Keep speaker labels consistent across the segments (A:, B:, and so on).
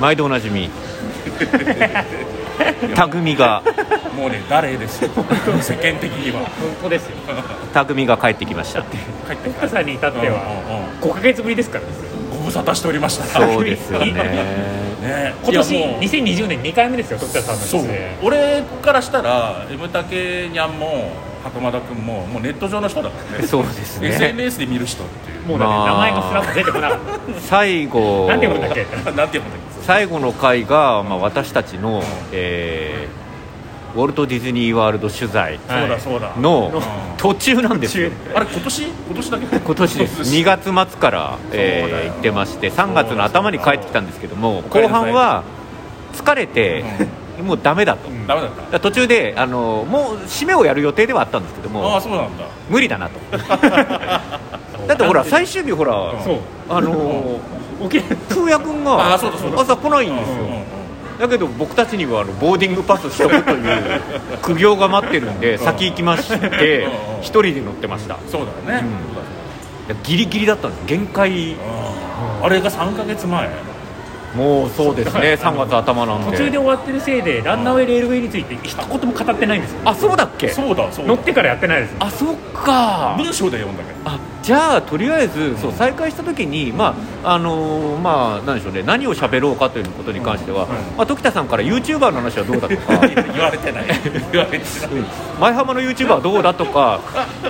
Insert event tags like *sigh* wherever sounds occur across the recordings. A: 毎度おなじみ匠が
B: もうね誰ですよ世間的には
C: 本当ですよ
A: 匠が帰ってきました
B: 帰ってき
C: 深さんに至っては5ヶ月ぶりですからね
B: うんうんうんご無沙汰しておりました
A: そうですよね
B: ね
C: 今年
B: いやもう
C: 2020年2回目ですよ徳田さんの
B: そう
C: 出演
B: 俺からしたら M たけにゃんも袴田君ももうネット上の人だからね
A: そうですね
B: SNS で見る人
A: *laughs*
B: っていう
C: もうだ
A: ま
C: ね
A: あ
C: 名前がすらも出てこなかった
A: 最後
C: なんて呼ぶんだっけ
B: なんて言うんだっけ
A: 最後の回が、まあ、私たちの、えーウォルト・ディズニー・ワールド取材
B: そう
C: は
B: だ
C: い
B: そうだ
A: の
B: うん
A: 途中なんですよ
B: あれ今年今年だけ
A: 今年です2月末から、
B: そうだ
A: えー
B: よ
A: 行ってまして3月の頭に帰ってきたんですけども
B: 帰り
A: 後
B: なさい
A: 半は疲れて、もうダメだと、だか
B: ダメだった
A: ら途中であのもう締めをやる予定ではあったんですけど
B: ああ
A: も
B: そうなんだ
A: 無理だなと
B: *laughs*
A: だってほら最終日ほら、
B: ん
C: そう
A: あの
C: 沖縄
A: 風也君
B: あ
A: が
B: あそうだそうだ
A: 朝来ないんですよ、
B: うんうんうん
A: だけど僕たちにはあのボーディングパスしとくという苦行が待ってるんで先行きまして
B: うんうん
A: 一人で乗ってました
B: そうだよね
A: うん
B: そうだね
A: ギリギリだったんです限界
B: うんあれが3か月前
A: もうそうですね3月頭なん
C: 途
A: で
C: 中で終わってるせいでランナーウェイレールウェイについて一言も語ってないんですよ
A: あそうだっけ
B: そうだそうだ
C: 乗ってからやってないです
A: あそっか
B: 文章で読んだけど
A: あじゃあとりあえずそう再開した時に、まああのーまあ何でしょうね何を喋ろうかということに関しては、
B: うんうん
A: まあ、時田さんから YouTuber の話はどうだとか
B: 言われてない言われてない
A: 舞浜の YouTuber はどうだとか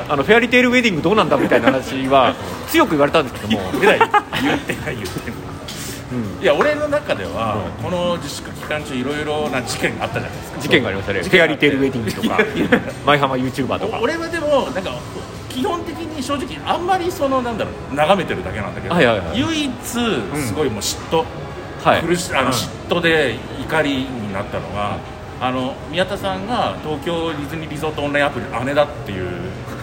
A: あのフェアリテールウェディングどうなんだみたいな話は強く言われたんですけども
B: 言ってない言ってない言ってないいや俺の中ではこの自粛期間中いろいろな事件があったじゃないですか
A: 事件がありましたねフ
B: 事件
A: ェ
B: があ
A: ア
B: っ
A: リ
B: て
A: テールウェディングとか
B: *laughs*
A: 舞浜 YouTuber とか
B: お俺はでもなんか基本的に正直あんまりそのなんだろう眺めてるだけなんだけど
A: はいはいはい
B: 唯一すごいもう嫉妬
A: はい
B: 苦しあ
C: うん
B: の嫉妬で怒りになったのがあの宮田さんが東京ディズニーリゾートオンラインアプリ姉だっていう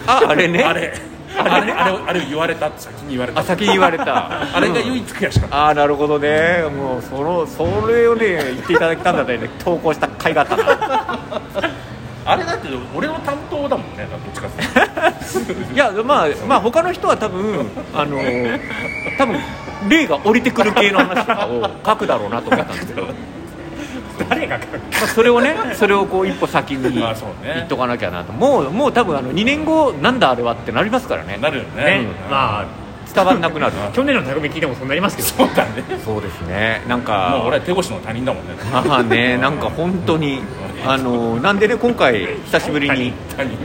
A: ああれね
B: あれあれあれあれを言われた先に言われた
A: あ先に言われた
B: *laughs* あれが唯一悔しかった
A: ああなるほどねもうそのそれをね言っていただけたんだったらね投稿した甲斐があったな
B: あれだって俺の担当だもんねどっちかっていうと
A: いやまあまあ他の人は多分あの多分霊が降りてくる系の話とかを書くだろうなと思ったんですけど、ま
C: 誰が書く
A: あ、それをねそれをこう一歩先に
B: まあそうね
A: 言っとかなきゃなともうもう多分あの2年後なんだあれはってなりますからね
B: なるよね
C: ね
B: うん
C: まあ
A: 伝わんなくなる
C: 去年の匠聞いてもそうなりますけ
B: *laughs*
C: ど
B: そうだね
A: そうですねなんか
B: もう俺は手越しの他人だもんね
A: まあねなんか本当にあのなんでね今回久しぶりに
B: 他人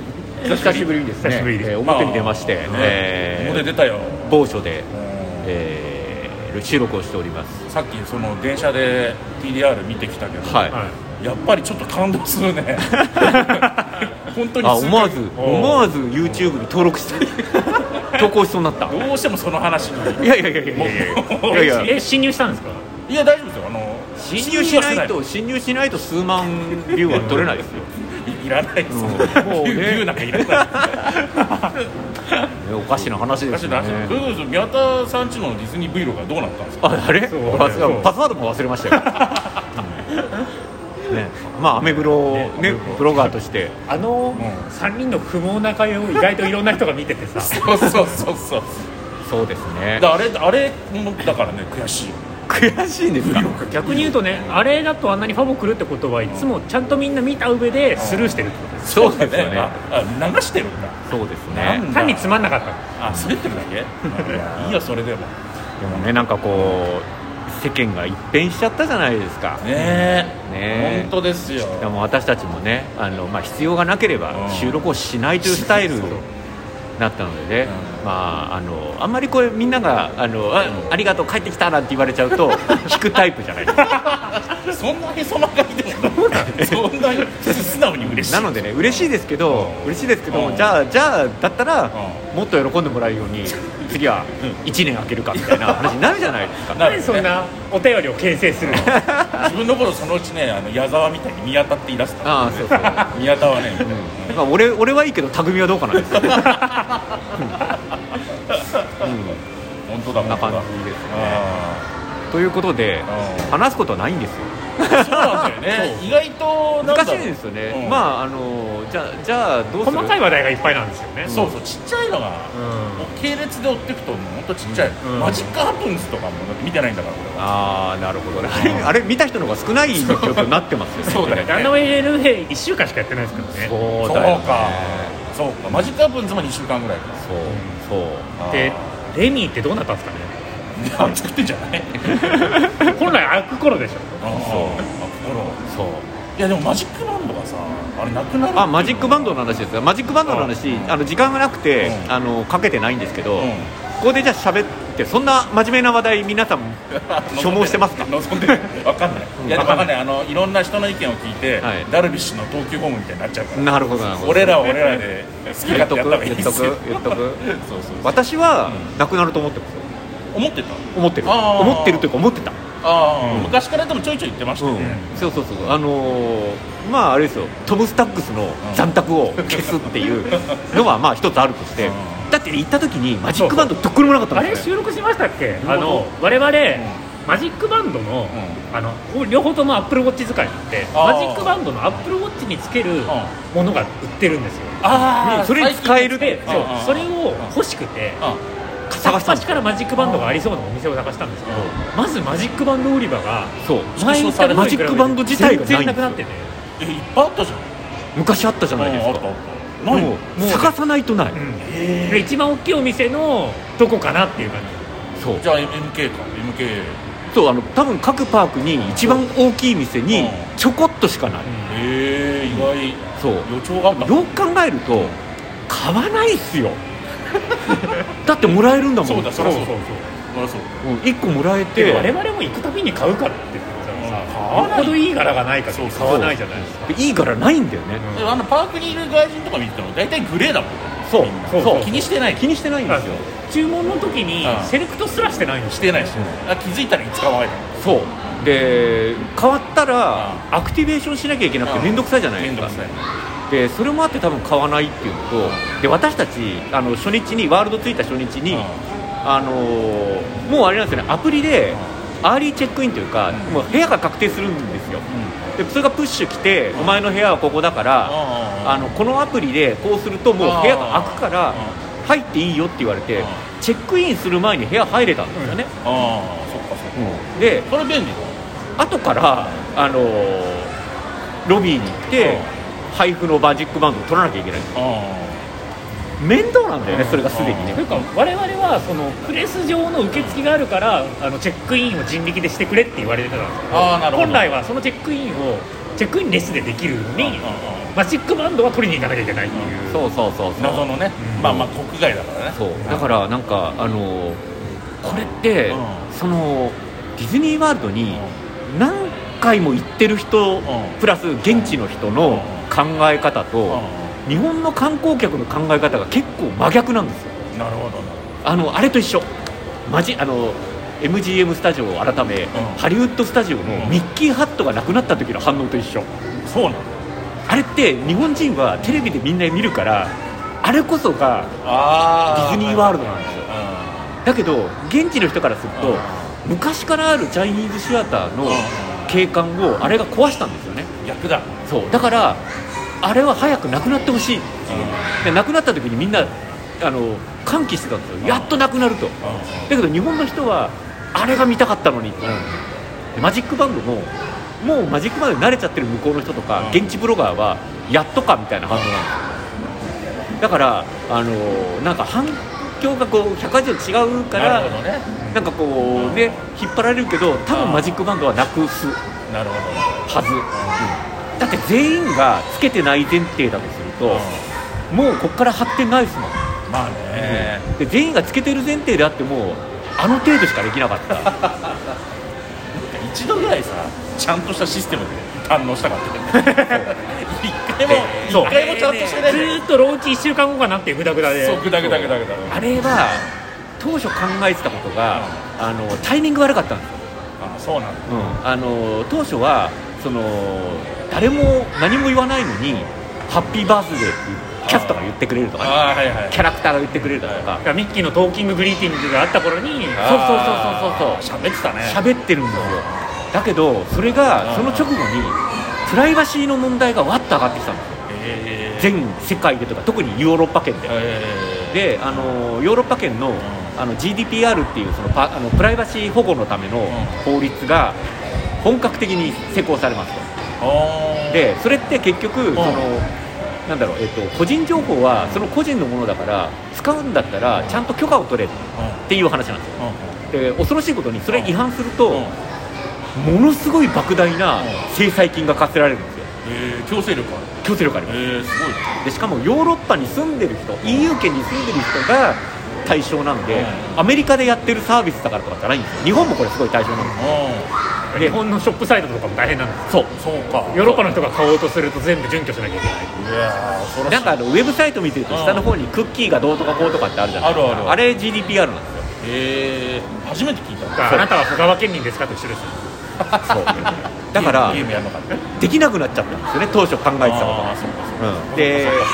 A: 久しぶりにですね
C: 久しぶりです
A: えー表に出まして、
B: まあね表
A: え
B: 出たよ
A: ー、某所で、
B: うん
A: えー、収録をしております
B: さっきその電車で TDR 見てきたけど
A: はい、
C: はい
B: やっぱりちょっと感動す
A: *laughs*
B: るね本当に
A: あ
B: すごい
A: 思わず
B: うん
A: 思わず YouTube に登録して *laughs* 投稿しそうになった
B: どうしてもその話に
A: いやいやいやいやいやいやいや
C: え侵入したんですか
B: いや大丈夫ですよあの
A: 侵入しないと侵入しないと数万ビューは取れないですよ、
B: いいらないです
A: う
B: よ
A: んもうね
B: 言うなんかいらない
A: *laughs* ねおかしな話で
B: 私
A: す
B: 大
A: よね
B: 丈夫どういうこと宮田さんちのディズニー Vlog はどうなったんですか
A: ああれ
C: そう
A: 忘れ
C: そう
A: パスワードも忘れま *laughs* したよ、うんね、まあアメブロをねブロガーとして
C: あの
B: うん
C: 3人の不毛な会を意外といろんな人が見ててさ
B: そうそうそうそう
A: そうですね
B: だあれあれもだからね悔しい
A: 悔しいんですか
C: 逆に言うとねあれだとあんなにファボ来るってことはいつもちゃんとみんな見た上でスルーしてるってことです
A: そうですよね
B: ああ流してるんだ
A: そうです
B: な
A: ね
B: んだ
C: 単につまんなかった
B: あ滑ってるだけいいよそれでもね
A: でもねなんかこう世間が一変しちゃったじゃないですか
B: え
A: ねえ
B: 本当ですよ
A: でも私たちもねあの、まあ、必要がなけれ
B: う
A: ば
B: ん
A: 収録をしないというスタイル
B: そう
A: だったのでね、
B: うん
A: まああのあんまりこれみんながあのあ「ありがとう帰ってきた」なんて言われちゃう
B: *laughs*
A: と引くタイプじゃないですか
B: そんなへそ曲がりでもないそんなに素直に嬉しい
A: なのでね嬉しいですけど
B: うん
A: 嬉しいですけど
B: うん
A: じゃあじゃあだったら
B: う
A: もっと喜んでもらえるよう
B: *laughs*
A: に次は1年空けるかみたいな話になるじゃないですか
B: な
C: 何
B: る
C: そんなお便りを形成するの
B: 自分の頃そのうちねあの矢沢みたいに宮田って言い出すから
A: ああそうそう
B: 宮田はね
A: なんか俺俺はいいけど匠はどうかなですようん
B: 本当だ
A: こんな
B: 本当
A: 感
B: だ
A: じですね
B: あ
A: ということで
B: うん
A: 話すことはないんですよ
B: あそうなんだよね意外となんだ
A: 難
B: ろ
A: し
B: う
A: いですよね、
B: うん
A: まああのじゃあじゃあどうする
C: 細かい話題がいっぱいなんですよね
B: そうそうちっちゃいのが、
C: うん
B: もう系列で追っていくともうほんとちっちゃい、
C: うん
B: マジックハプンズとかもだって見てないんだから俺は
A: ああなるほどねあれあれ見た人の方が少ない状況になってますよね
B: そうだよ
C: ランダム LA 一週間しかやってないですからね
A: そう
B: そう
A: だよね
B: かそうかマジックハプンズも2週間ぐらいか
A: そうそう
C: で
B: あ
C: レミーってどうなったんですか
B: ーいや作ってんじゃない
A: *laughs*
C: ね本来開く頃でしょ
B: あーあ心
A: そう
B: いやでもマジックバンドがさあれなくなる
A: あマジックバンドの話ですがマジックバンドの話あの時間がなくて、
B: うん
A: あのかけてないんですけど、 *laughs*
B: うん
A: ここでじゃあ喋ってそんな真面目な話題皆さん所望してますか
B: *laughs* 望んでる分かんないいやでも分かんないあのいろんな人の意見を聞いて、
A: はい
B: ダルビッシュの投球フォームみたいになっちゃうから
A: なるほどなるほど
B: 俺らは俺らで好き勝手
A: 言ったと
B: やっ方
A: く
B: がいい
A: 言っ
B: で
A: と
B: すよ
A: く言っとく
B: そうそうそう
A: 私はなくなると思ってますよ
B: 思ってた
A: 思ってる
B: あー
A: 思ってるというか思ってた
B: ああ、昔からでもちょいちょい言ってました
A: う
B: よ
A: ん
B: ね、
A: そうそうそうあのーまああれですよトム・スタックスの残卓を消すっていうのはまあ一つあるとして
B: うん
A: だって行った時にマジックバンドどっくにもなかった
C: あ
A: んで
C: れ
A: すよ
C: 収録しましたっけ
B: どう
C: あの我々、
B: ん
C: マジックバンドの,、あの両方ともアップルウォッチ使いなんで
B: あー
C: マジックバンドのアップルウォッチにつけるものが売ってるんですよ、
B: あ
A: ねそれに使える
C: で
B: ん
C: そう
B: うん
C: それを欲しくて
B: あ
A: 探
C: 探
A: し
C: した
A: ん
C: た
A: です
C: からマジックバンドがありそうなお店を探したんですけど
B: う
C: まずマジックバンド売り場が
A: そう
C: 前に行った時に比べ
A: マジッ
C: て
A: クバンド自体がないんですよ
C: 全然なくなってて
B: えいっぱいあったじゃん
A: 昔あったじゃないで
B: うんあ
A: す
B: ったあ
A: か
B: った
A: も
B: な
A: う
B: いの
A: もう探さないとない
B: え
C: で一番大きいお店のどこかなっていう感じ
A: そう
B: じゃあ MK か MK へ
A: そうあの多分各パークに一番大きい店
B: うん
A: にちょこっとしかない
B: え意外予
A: そう
B: 兆があった
A: よく考えると買わないっすよだってもらえるんだもん
B: そうだそりゃそうだ
C: そうそう
B: そりゃそう
A: うん、1個もらえ
C: で
A: て
C: 我々も行くたびに買うからって言ってたら
B: うん
C: さ
B: 買わない
C: よっぽどいい柄がないから
B: そうそう
C: 買わないじゃないですか
A: でいいからないんだよね、
B: だでもあのパークにいる外人とか見てても大体グレーだもん
A: そう
C: そう
A: そう
B: 気にしてない
A: 気にしてないんですよ
C: 注文の時に
B: うん
C: セレクトすらしてないんです
B: してないしあ気づいたらいつかわいた
A: そうで変わったら
B: う
A: アクティベーションしなきゃいけなくて面倒くさいじゃないで
B: 面
A: す
B: 倒
A: か
B: くさい
A: でそれもあって多分買わないっていうのとで私たちあの初日にワールド着いた初日に、
B: うん
A: あのーもうあれなんですよねアプリでアーリーチェックインというか、もう部屋が確定するんですよでそれがプッシュ来て、お前の部屋はここだから、あのこのアプリでこうするともう部屋が開くから入っていいよって言われて
B: うん
A: チェックインする前に部屋入れたんですよね、
B: ああそっかそっか
A: で
B: それ便利
A: 後からあのーロビーに行って配布のマジックバンドを取らなきゃいけない
B: だあ
A: 面倒なんだよねそれがすでに
C: とい
A: ね
C: うか我々はそのプレス上の受付があるからあのチェックインを人力でしてくれって言われてたんですけど
B: あーなるほど
C: 本来はそのチェックインをチェックインレスでできるの
B: あ
C: にマジックバンドは取りに行かなきゃいけないっていう
A: そうそうそうそう
B: 謎のねまあまあ国外だからね
A: そうだからなんかあのーこれって、
B: うん
A: そのディズニーワールドに何回も行ってる人、
B: ん
A: プラス現地の人の考え方と、日本の観光客の考え方が結構真逆なんですよ
B: なるほどな
A: あのあれと一緒マジあの MGM スタジオ改め、ハリウッドスタジオの
B: うん
A: ミッキーハットがなくなった時の反応と一緒
B: そうなの
A: あれって日本人はテレビでみんな見るからあれこそがデ
B: あ
A: ィズニーワールドなんですよだけど現地の人からすると昔からあるジャイニーズシアターの景観をあれが壊したんですよね
B: 逆だ
A: そうだからあれは早くなくなってほしいで亡くなった時にみんなあの歓喜してたんですよやっとなくなるとだけど日本の人はあれが見たかったのにってでマジックバンドももうマジックバンドに慣れちゃってる向こうの人とか
B: うん
A: 現地ブロガーはやっとかみたいな反応なんですよだからあのなんか反響がこう180度違うか
B: な
A: ら
B: るほどね
A: なんかこうね引っ張られるけど多分マジックバンドはなくす
B: なるほ
A: はず、だって全員がつけてない前提だとすると、もうここから発展ないですもん
B: どまあね
A: で全員がつけてる前提であってもあの程度しかできなかった
B: 一度ぐらいさちゃんとしたシステムで堪能したかっ
A: *laughs*
B: たよね一回も
C: そう
B: 一回もちゃんとしてない
C: ず
B: んだよ
C: ーっとローチ1週間後かなっていうグダグダで
B: そうグダグダグダグダ
A: あれは当初考えてたことがあのタイミング悪かったんですよ、
B: あそうなんだ
A: あの当初はその誰も何も言わないのにハッピーバースデーっていうキャストが言ってくれるとかね、
B: ああはいはい
A: キャラクターが言ってくれるとか
C: だからミッキーのトーキンググリーティングがあった頃に
A: そうそうそうそうそうそう
B: そうそうそうそうそう喋ってたね
A: 喋ってるんですよだけどそれがその直後にプライバシーの問題がわっと上がってきたんですよ
B: えー
A: 全世界でとか特にヨーロッパ圏で
B: えー
A: であのヨーロッパ圏のあの GDPR っていうそのパあのプライバシー保護のための法律が本格的に施行されますと
B: あー
A: でそれって結局そのなんだろう、えっと、個人情報はその個人のものだから使うんだったらちゃんと許可を取れっていう話なんですよ
B: うんう
A: で
B: ん
A: 恐ろしいことにそれ違反すると
B: うん
A: ものすごい莫大な制裁金が課せられるんですよ
B: えー強制力ある
A: 強制力あります
B: えーすごい
A: でしかもヨーロッパに住んでる人 EU 圏に住んでる人が対象なんで、
B: うん
A: アメリカでやってるサービスだからとかじゃないんですよ日本もこれすごい対象なんで
B: あ
A: す
C: 日
A: でほん
C: 本のショップサイトとかも大変なんです
A: そう
B: ーそうか
C: ヨーロッパの人が買おうとすると全部準拠しなきゃいけな
B: い
C: い
B: やー恐ろしい
A: なんかあのウェブサイト見てると
B: うん
A: 下の方にクッキーがどうとかこうとかってあるじゃないですか
B: あるある
A: あれ GDPR なんですよ
B: えー初めて聞いた
C: だからあなたは香川県民ですかと一緒ですよ
A: そうだから
B: ゲームゲームやんなかった
A: できなくなっちゃったんですよね当初考えてたこ
B: あーそうかそう
A: とが、うん、で
B: そうか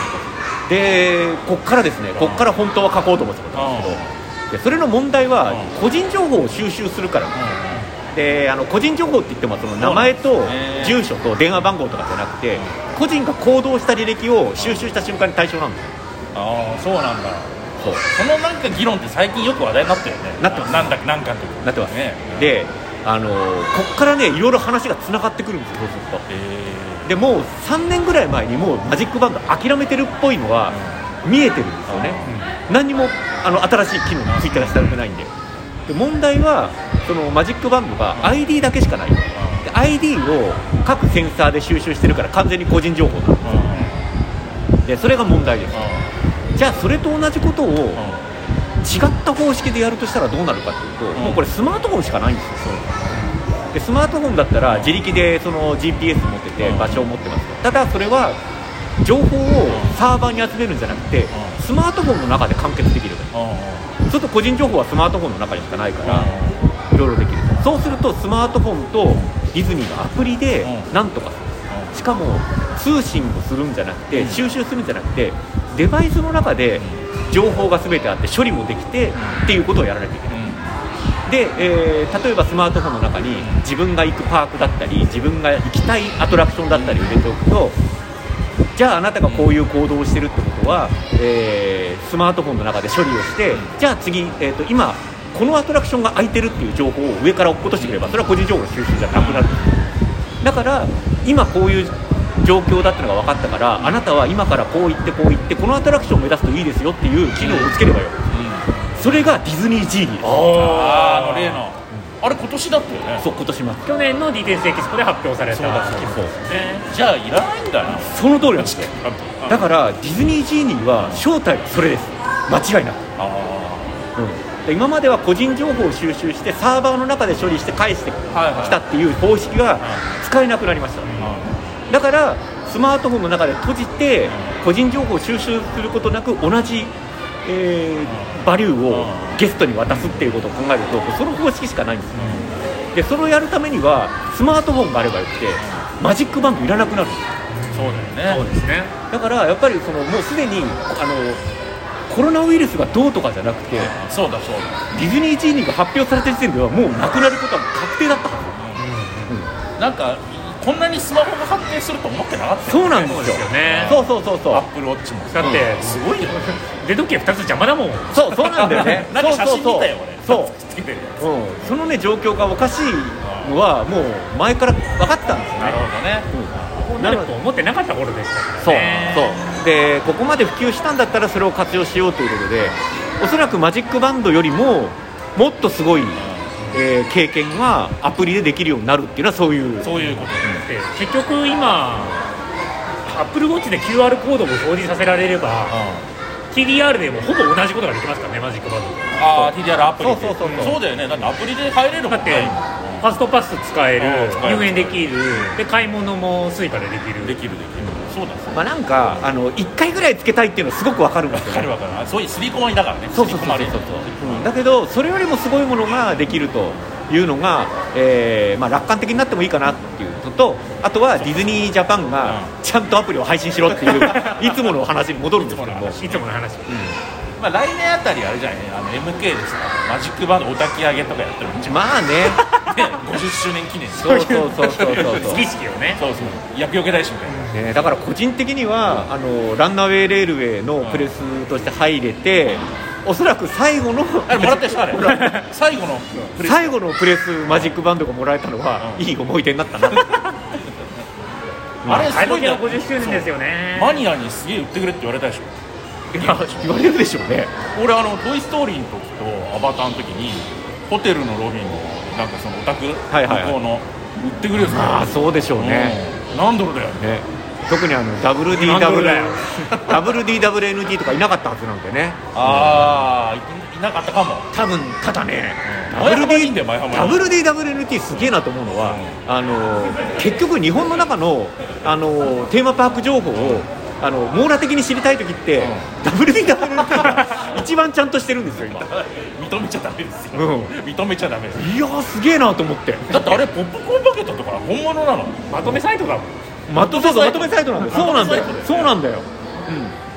A: でこっからですねこっから本当は書こうと思ってたことなんですけどでそれの問題は
B: うん
A: 個人情報を収集するから
B: かうんうん
A: であの個人情報って言ってもその名前と
B: そうなんですね
A: 住所と電話番号とかじゃなくて個人が行動した履歴を収集した瞬間に対象なんですよ
B: ああそうなんだ
A: そう
B: そのなんか議論って最近よく話題になったよね
A: なってます
B: なんだなんかって
A: なってます、
B: ね
A: であのこっからねいろいろ話がつながってくるんですよそうする
B: え
A: とでもう3年ぐらい前にもうマジックバンド諦めてるっぽいのは見えてるんですよね、何にもあの新しい機能に追加されてないんでで問題はそのマジックバンドが ID だけしかないで ID を各センサーで収集してるから完全に個人情報なんで
B: ーうんうん
A: すでそれが問題ですじゃあそれと同じことを違
B: うんうん
A: った方式でやるとしたらどうなるかっていうと、もうこれスマートフォンしかないんですよでスマートフォンだったら自力でその GPS 持ってて
B: うん
A: 場所を持ってますただそれは情報をサーバーに集めるんじゃなくて
B: ん
A: スマートフォンの中で完結できる
B: うん
A: ちょっと個人情報はスマートフォンの中にしかないから
B: う
A: いろいろできるとそうするとスマートフォンとディズニーのアプリで
B: うん
A: なんとかしかも通信をするんじゃなくて収集するんじゃなくてデバイスの中で情報が全てあって処理もできてっていうことをやらなきゃいけない
B: んうん
A: で、えー例えばスマートフォンの中に自分が行くパークだったり自分が行きたいアトラクションだったりを入れておくとじゃああなたがこういう行動をしてるってことは、えースマートフォンの中で処理をしてじゃあ次、えー、と今このアトラクションが空いてるっていう情報を上から落っことしてくればそれは個人情報の収集じゃなくなるだから今こういう状況だってのが分かったからあなたは今からこう行ってこう行ってこのアトラクションを目指すといいですよっていう機能をつければよそれがディズニージーニーです
B: あーあの例のあれ今年だったよね
A: そう今年も
C: 去年の d t s エキスポで発表された
A: そう
B: じゃあいらないんだな
A: その通りなんですよだからディズニージーニーは正体はそれです間違いなく、
B: ああ
A: うんで今までは個人情報を収集してサーバーの中で処理して返してき
B: はいはい
A: たっていう方式が使えなくなりました、だからスマートフォンの中で閉じて個人情報を収集することなく同じ、えーバリューをゲストに渡すっていうことを考えるとその方式しかないんですよでそれをやるためにはスマートフォンがあればよくてマジックバンドいらなくなるんです
B: そうだよね
C: ですね
A: だからやっぱりそのもうすでにあのコロナウイルスがどうとかじゃなくてデ
B: そうだそうだ
A: ィズニージーニーが発表された時点ではもうなくなることは確定だったは
B: なんかこんなにスマホが発展すると思ってなかった
A: ず
B: よ
A: そうなんですよ
C: そうですよね
A: そうそうそうそ
B: ア
A: う
B: ップルウォッチも
C: だって、
B: すごいよ
C: 腕時計2つ邪魔だもん
A: そうそうなんだよね
B: なんか写真見たよ
A: そうそう
B: 俺 *laughs* つけてる
A: そうそう、うん、そのね状況がおかしいのはもう前から分かってたんですよ
B: なるほどね
C: こうなると思ってなかった頃でしたから
A: そう
C: ね
A: そうでここまで普及したんだったらそれを活用しようということでおそらくマジックバンドよりももっとすごい、えー経験はアプリでできるようになるっていうのはそういう
B: そういうこと
C: で結局今アップルウォッチで QR コードを表示させられれば TDR でもほぼ同じことができますからねマジックバンドで
B: ああ TDR アプリで
A: そうそうそうそう
B: そうだよねだってアプリで入れるもん
C: だってファストパス使え
B: うん
C: る
B: 使える
C: 入園できるで買い物も Suica でできる
B: できるできるそうだそう
A: ま
B: だ
A: あ、なんかあの1回ぐらいつけたいっていうのはすごくわかるんですよ
B: わか
A: ね
B: るわかるあそういう刷り込まれだからね
A: そうそうそうそう
B: 刷り込まれる
A: うんだけどそれよりもすごいものができるというのが、えーまあ、楽観的になってもいいかなっていうのとあとはディズニー・ジャパンがちゃんとアプリを配信しろっていういつものお話に戻るんですけども
C: いつもの話
B: まあ来
A: *laughs*
B: 年あたりあれじゃないねあの MK でさマジックバンドお焚き上げとかやってるんじゃん
A: まあね
B: 50周年記念そう
A: そうそうそうそう
C: *laughs*
A: そう
C: 月式をね
B: そう厄除け大師みたいな
A: ね、だから個人的には、あのランナウェイレールウェイのプレスとして入れて、おそらく最後の
B: あれもらったで
A: *laughs*
B: しょあれ
A: もらった
B: 最後のプレゼン
A: 最後のプレスマジックバンドがもらえたのは、
B: うん
A: いい思い出になった
B: *laughs*
A: な、
B: あれ
C: あ
B: す
C: の
B: ごい
C: 時は
B: な
C: 50周年ですよね
B: マニアにすげえ売ってくれって言われたでしょ
A: 言われるでしょうね
B: 俺あの「トイ・ストーリー」の時と「アバター」の時にホテルのロビーのなんかそのお宅向
A: いはいはい
B: こうの売ってくれるんです
A: ああそうでしょう
B: う
A: ね,、
B: ん何ドルだよ
A: ね特にあの WDW
C: 何ドルだよ
A: WDWNT とかいなかったはずなんでね
B: ああいいなかったかも
A: 多分ただね、
B: 前浜いいんだよ前浜
A: WDWNT すげえなと思うのは、あの結局日本の中のあのテーマパーク情報を、あの網羅的に知りたい時って、WDWNT が一番ちゃんとしてるんですよ今い
B: 認めちゃダメですよ、
A: うん
B: 認めちゃダメです
A: やーすげえなと思って
B: だってあれポップコーンバケットとか本物なの
C: まとめサイトだもん
A: まとめまとめサイトなんだよそうなんだよ
B: まとめサイト
A: そうなんだよ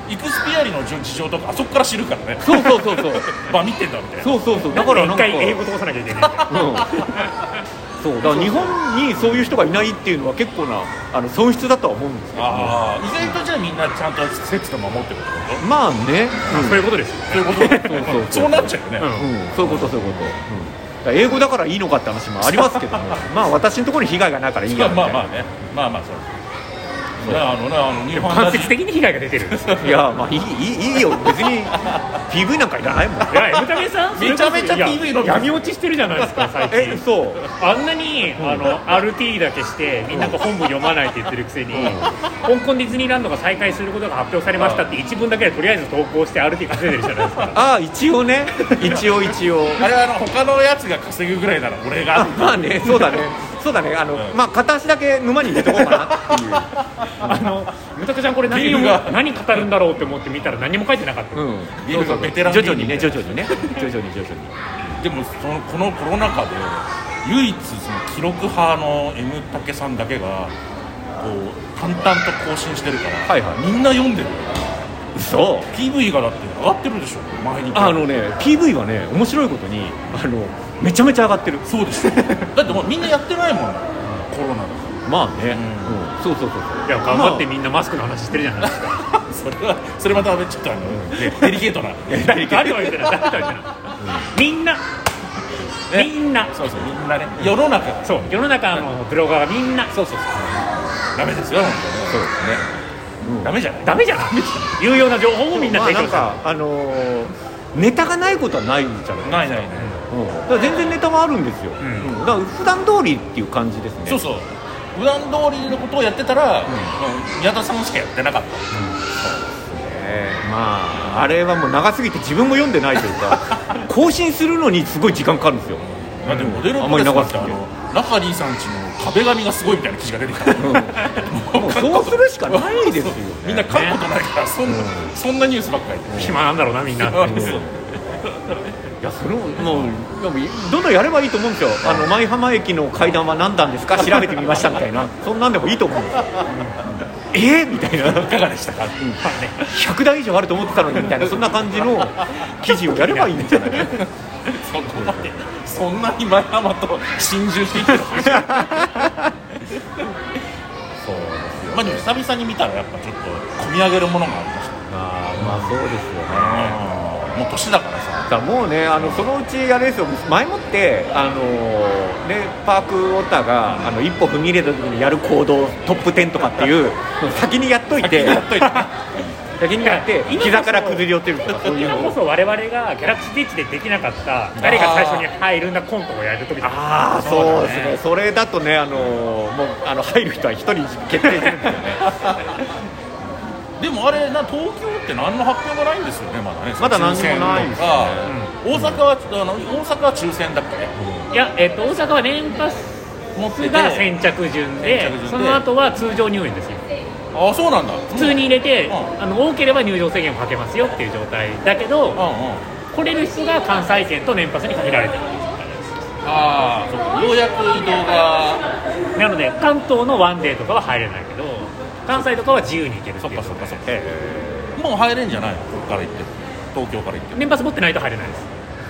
B: イクスピアリの事情とかあそこから知るからね
A: そうそうそうそう
B: まあ見てんだみたいな
A: そうそうそうだからなん
C: 一
A: か
C: 回英語通さなきゃいけないんだよ
A: うんそうだから日本にそういう人がいないっていうのは結構なあの損失だとは思うんですよ
B: ああ意外とじゃあみんなちゃんと設備と守ってるってこと
A: まあね、うん
C: そういうことです
B: *laughs*
C: よ
B: そういうことだよ
A: そうそうそう
B: そうなっちゃうよね、
C: うん
A: うん、そういうことそういうこと、うんだから英語だからいいのかって話もありますけ
B: *laughs*
A: どもまあ私のところに被害がないからいい
B: ま
A: や
B: あまあま
A: あ
B: あねまあまあそうねあのねあの日本
C: 間接的に被害が出
B: *laughs*
C: てるんですよ
A: いやまあいいいいいいよ別に PV なんかいらないもん
B: *laughs*
C: いや、エムタメさん、
B: めちゃめちゃ
C: それこそ
B: PV
C: い
B: の
C: や闇落ちしてるじゃないですか、最
A: え
C: 近。
A: そう
C: あんなに、あの、RT だけして、みんなが本部読まないって言ってるくせに、香港ディズニーランドが再開することが発表されましたって、一文だけでとりあえず投稿して RT 稼いでるじゃないで
A: *laughs*
C: すか。
A: ああ一応ね一応一応
B: あれはあの他のやつが稼ぐぐらいなら俺が
A: あまあねそうだねそうだねあの、
B: うん
A: まあ片足だけ沼に入れとこうかなっていう
C: あの、むたくちゃんこれ何
B: ビー
C: を
B: ルが、
C: 何語るんだろうって思って見たら何も書いてなかった。
A: うん
B: ビルがベテラン
A: 徐々にね
B: ビ
A: 徐
B: ル
A: 々にね徐々に徐々に
B: でもそのこのコロナ禍で唯一その記録派の M 武さんだけがこう淡々と更新してるから、
A: はいはい
B: みんな読んでるよ
A: 嘘
B: PV がだって上がってるでしょ前に
A: あのね PV はね面白いことにあのめちゃめちゃ上がってる
B: そうですよだってもうみんなやってないもん、コロナだ *laughs* か
A: まあね、
B: う
A: うんそうそうそうそう
C: いや、頑張ってみんなマスクの話してるじゃないですか。
B: らそれはそれまたちょっとあの、ねデリケートな
C: 誰とは言ってない、誰とは言ってない。みんな、
B: ね
C: みんな、
B: そうそうみんなね世の中
C: そう、世の中のブロガーはみんな、
B: そうそうそうダメですよ本
A: そうですね
B: 当に、ダメじゃない
C: ダメじゃない有用な情報をみんな
A: まあ
C: 提
A: なん
C: 供する、
A: かあのーネタがないことはないじゃない、
B: ないないない、
A: うん、だから全然ネタはあるんですよ、うんんだから普段通りっていう感じですね
B: そうそう普段通りのことをやってたら、うん宮田さんしかやってなかった
A: ねまああれはもう長すぎて自分も読んでないというか更新するのにすごい時間かかるんですよ
B: だってモデル
A: あん
B: プ
A: ま
B: レ
A: り
B: ス
A: なか
B: だっ
A: ってた
B: あ
A: けど
B: のラカリーさんちの壁紙がすごいみたいな記事が出てきた、
A: もうそうするしかないですよね
B: みんな書くことないからそんな、そんなニュースばっかり
C: 暇なんだろうなみんな
B: あ
C: うん
B: そう
A: いやそれももうでもどんどんやればいいと思うんですよあの舞浜駅の階段は何段ですか調べてみましたみたいなそんなんでもいいと思うんですよえー、みたいない
B: かがでしたか
A: 100台以上あると思ってたのにみたいなそんな感じの記事をやればいいんじゃないか
B: そこまでそんなに前浜と心中していってるそうですよまあでも久々に見たらやっぱちょっと込み上げるものがありましたね
A: あまあそうですよ
B: もう年だからさ
A: だからもうねあのそのうちあれですよ前もってあのーねパークウォーターがあの一歩踏み入れた時にやる行動トップ10とかっていうのを先にやっといて
B: やっといてね
A: *laughs* 先にやって
C: 今こそ
A: 膝から崩れ落ちるとかそういう
C: 今
A: の
C: こ
A: を
C: そ我々がギャラクシーデッチでできなかった誰が最初に入るんだコントをやるときだ
A: ああそうですねそれだとねあのーもうあの入る人は一人決定するん *laughs* ですよね
B: でもあれな東京って何の発表がないんですよねまだね
A: まだ何にもない
B: で
A: ですす
B: ね
A: ね
B: 大阪はちょっとあの大阪は抽選だっけ
C: いや、えっと大阪は年パス
B: 持ってて
C: が先着順で
B: 先着順で
C: その後は通常入園ですよ
B: ああそうなんだ
C: 普通に入れて、
B: うん
C: あの多ければ入場制限をかけますよっていう状態だけど、
B: うんうんあ
C: 来れる人が関西圏と年パスに限られてる
B: あそっかようやく移動が
C: なので関東のワンデーとかは入れないけど関西とかは自由に行けるって
B: そっ
C: いう
B: かそっかそっか
A: え
B: もう入れんじゃないのこっから行って東京から行って
C: 年パス持ってないと入れないです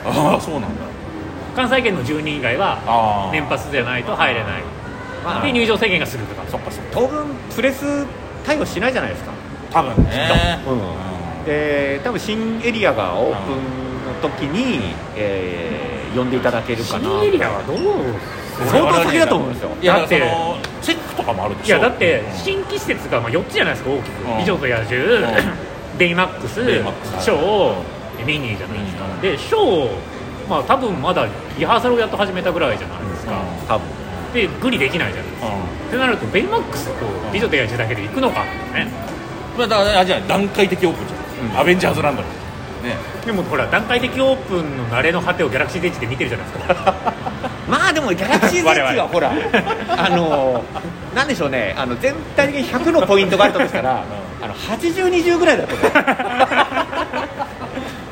B: ああそうなんだ
C: 関西圏の住人以外は
B: あ
C: 年パスじゃないと入れない
A: まあ
C: で入場制限がするとか
B: そっかそっ
A: 当
B: か
A: 分プレス対応しないじゃないですか
B: 多分ね
A: うんで多分新エリアがオープンの時に、えー呼んでいただけるかな
C: 新エリアはどう
A: 相当先だと思うんですよ
B: いや
C: だって
B: そのチェックとかもあるでしょ
C: いやだって
B: うん
C: 新規施設がまあ4つじゃないですか大きく
B: うん
C: 「美女と野獣」デイマックス」
B: デイマックス
C: ショー」ミニーじゃないですか
B: うん
C: でショーまあ多分まだリハーサルをやっと始めたぐらいじゃないですか
A: 多分
C: でグリできないじゃないですか
B: う
C: ってなるとベイマックスと美女と野獣だけで行くのかってね
B: んまあだからねあれじゃない段階的オープンじ
A: う
B: ゃん、
A: ん
B: アベンジャーズランドのね
C: でもほら段階的オープンの慣れの果てをギャラクシーデッジで見てるじゃないですか
B: *laughs*
A: まあでもギャラクシー
C: 我
A: Z
C: 々
A: は *laughs* ほらあのなんでしょうねあの全体的に100のポイントがあるとしたら、あの8020ぐらいだと *laughs* 思う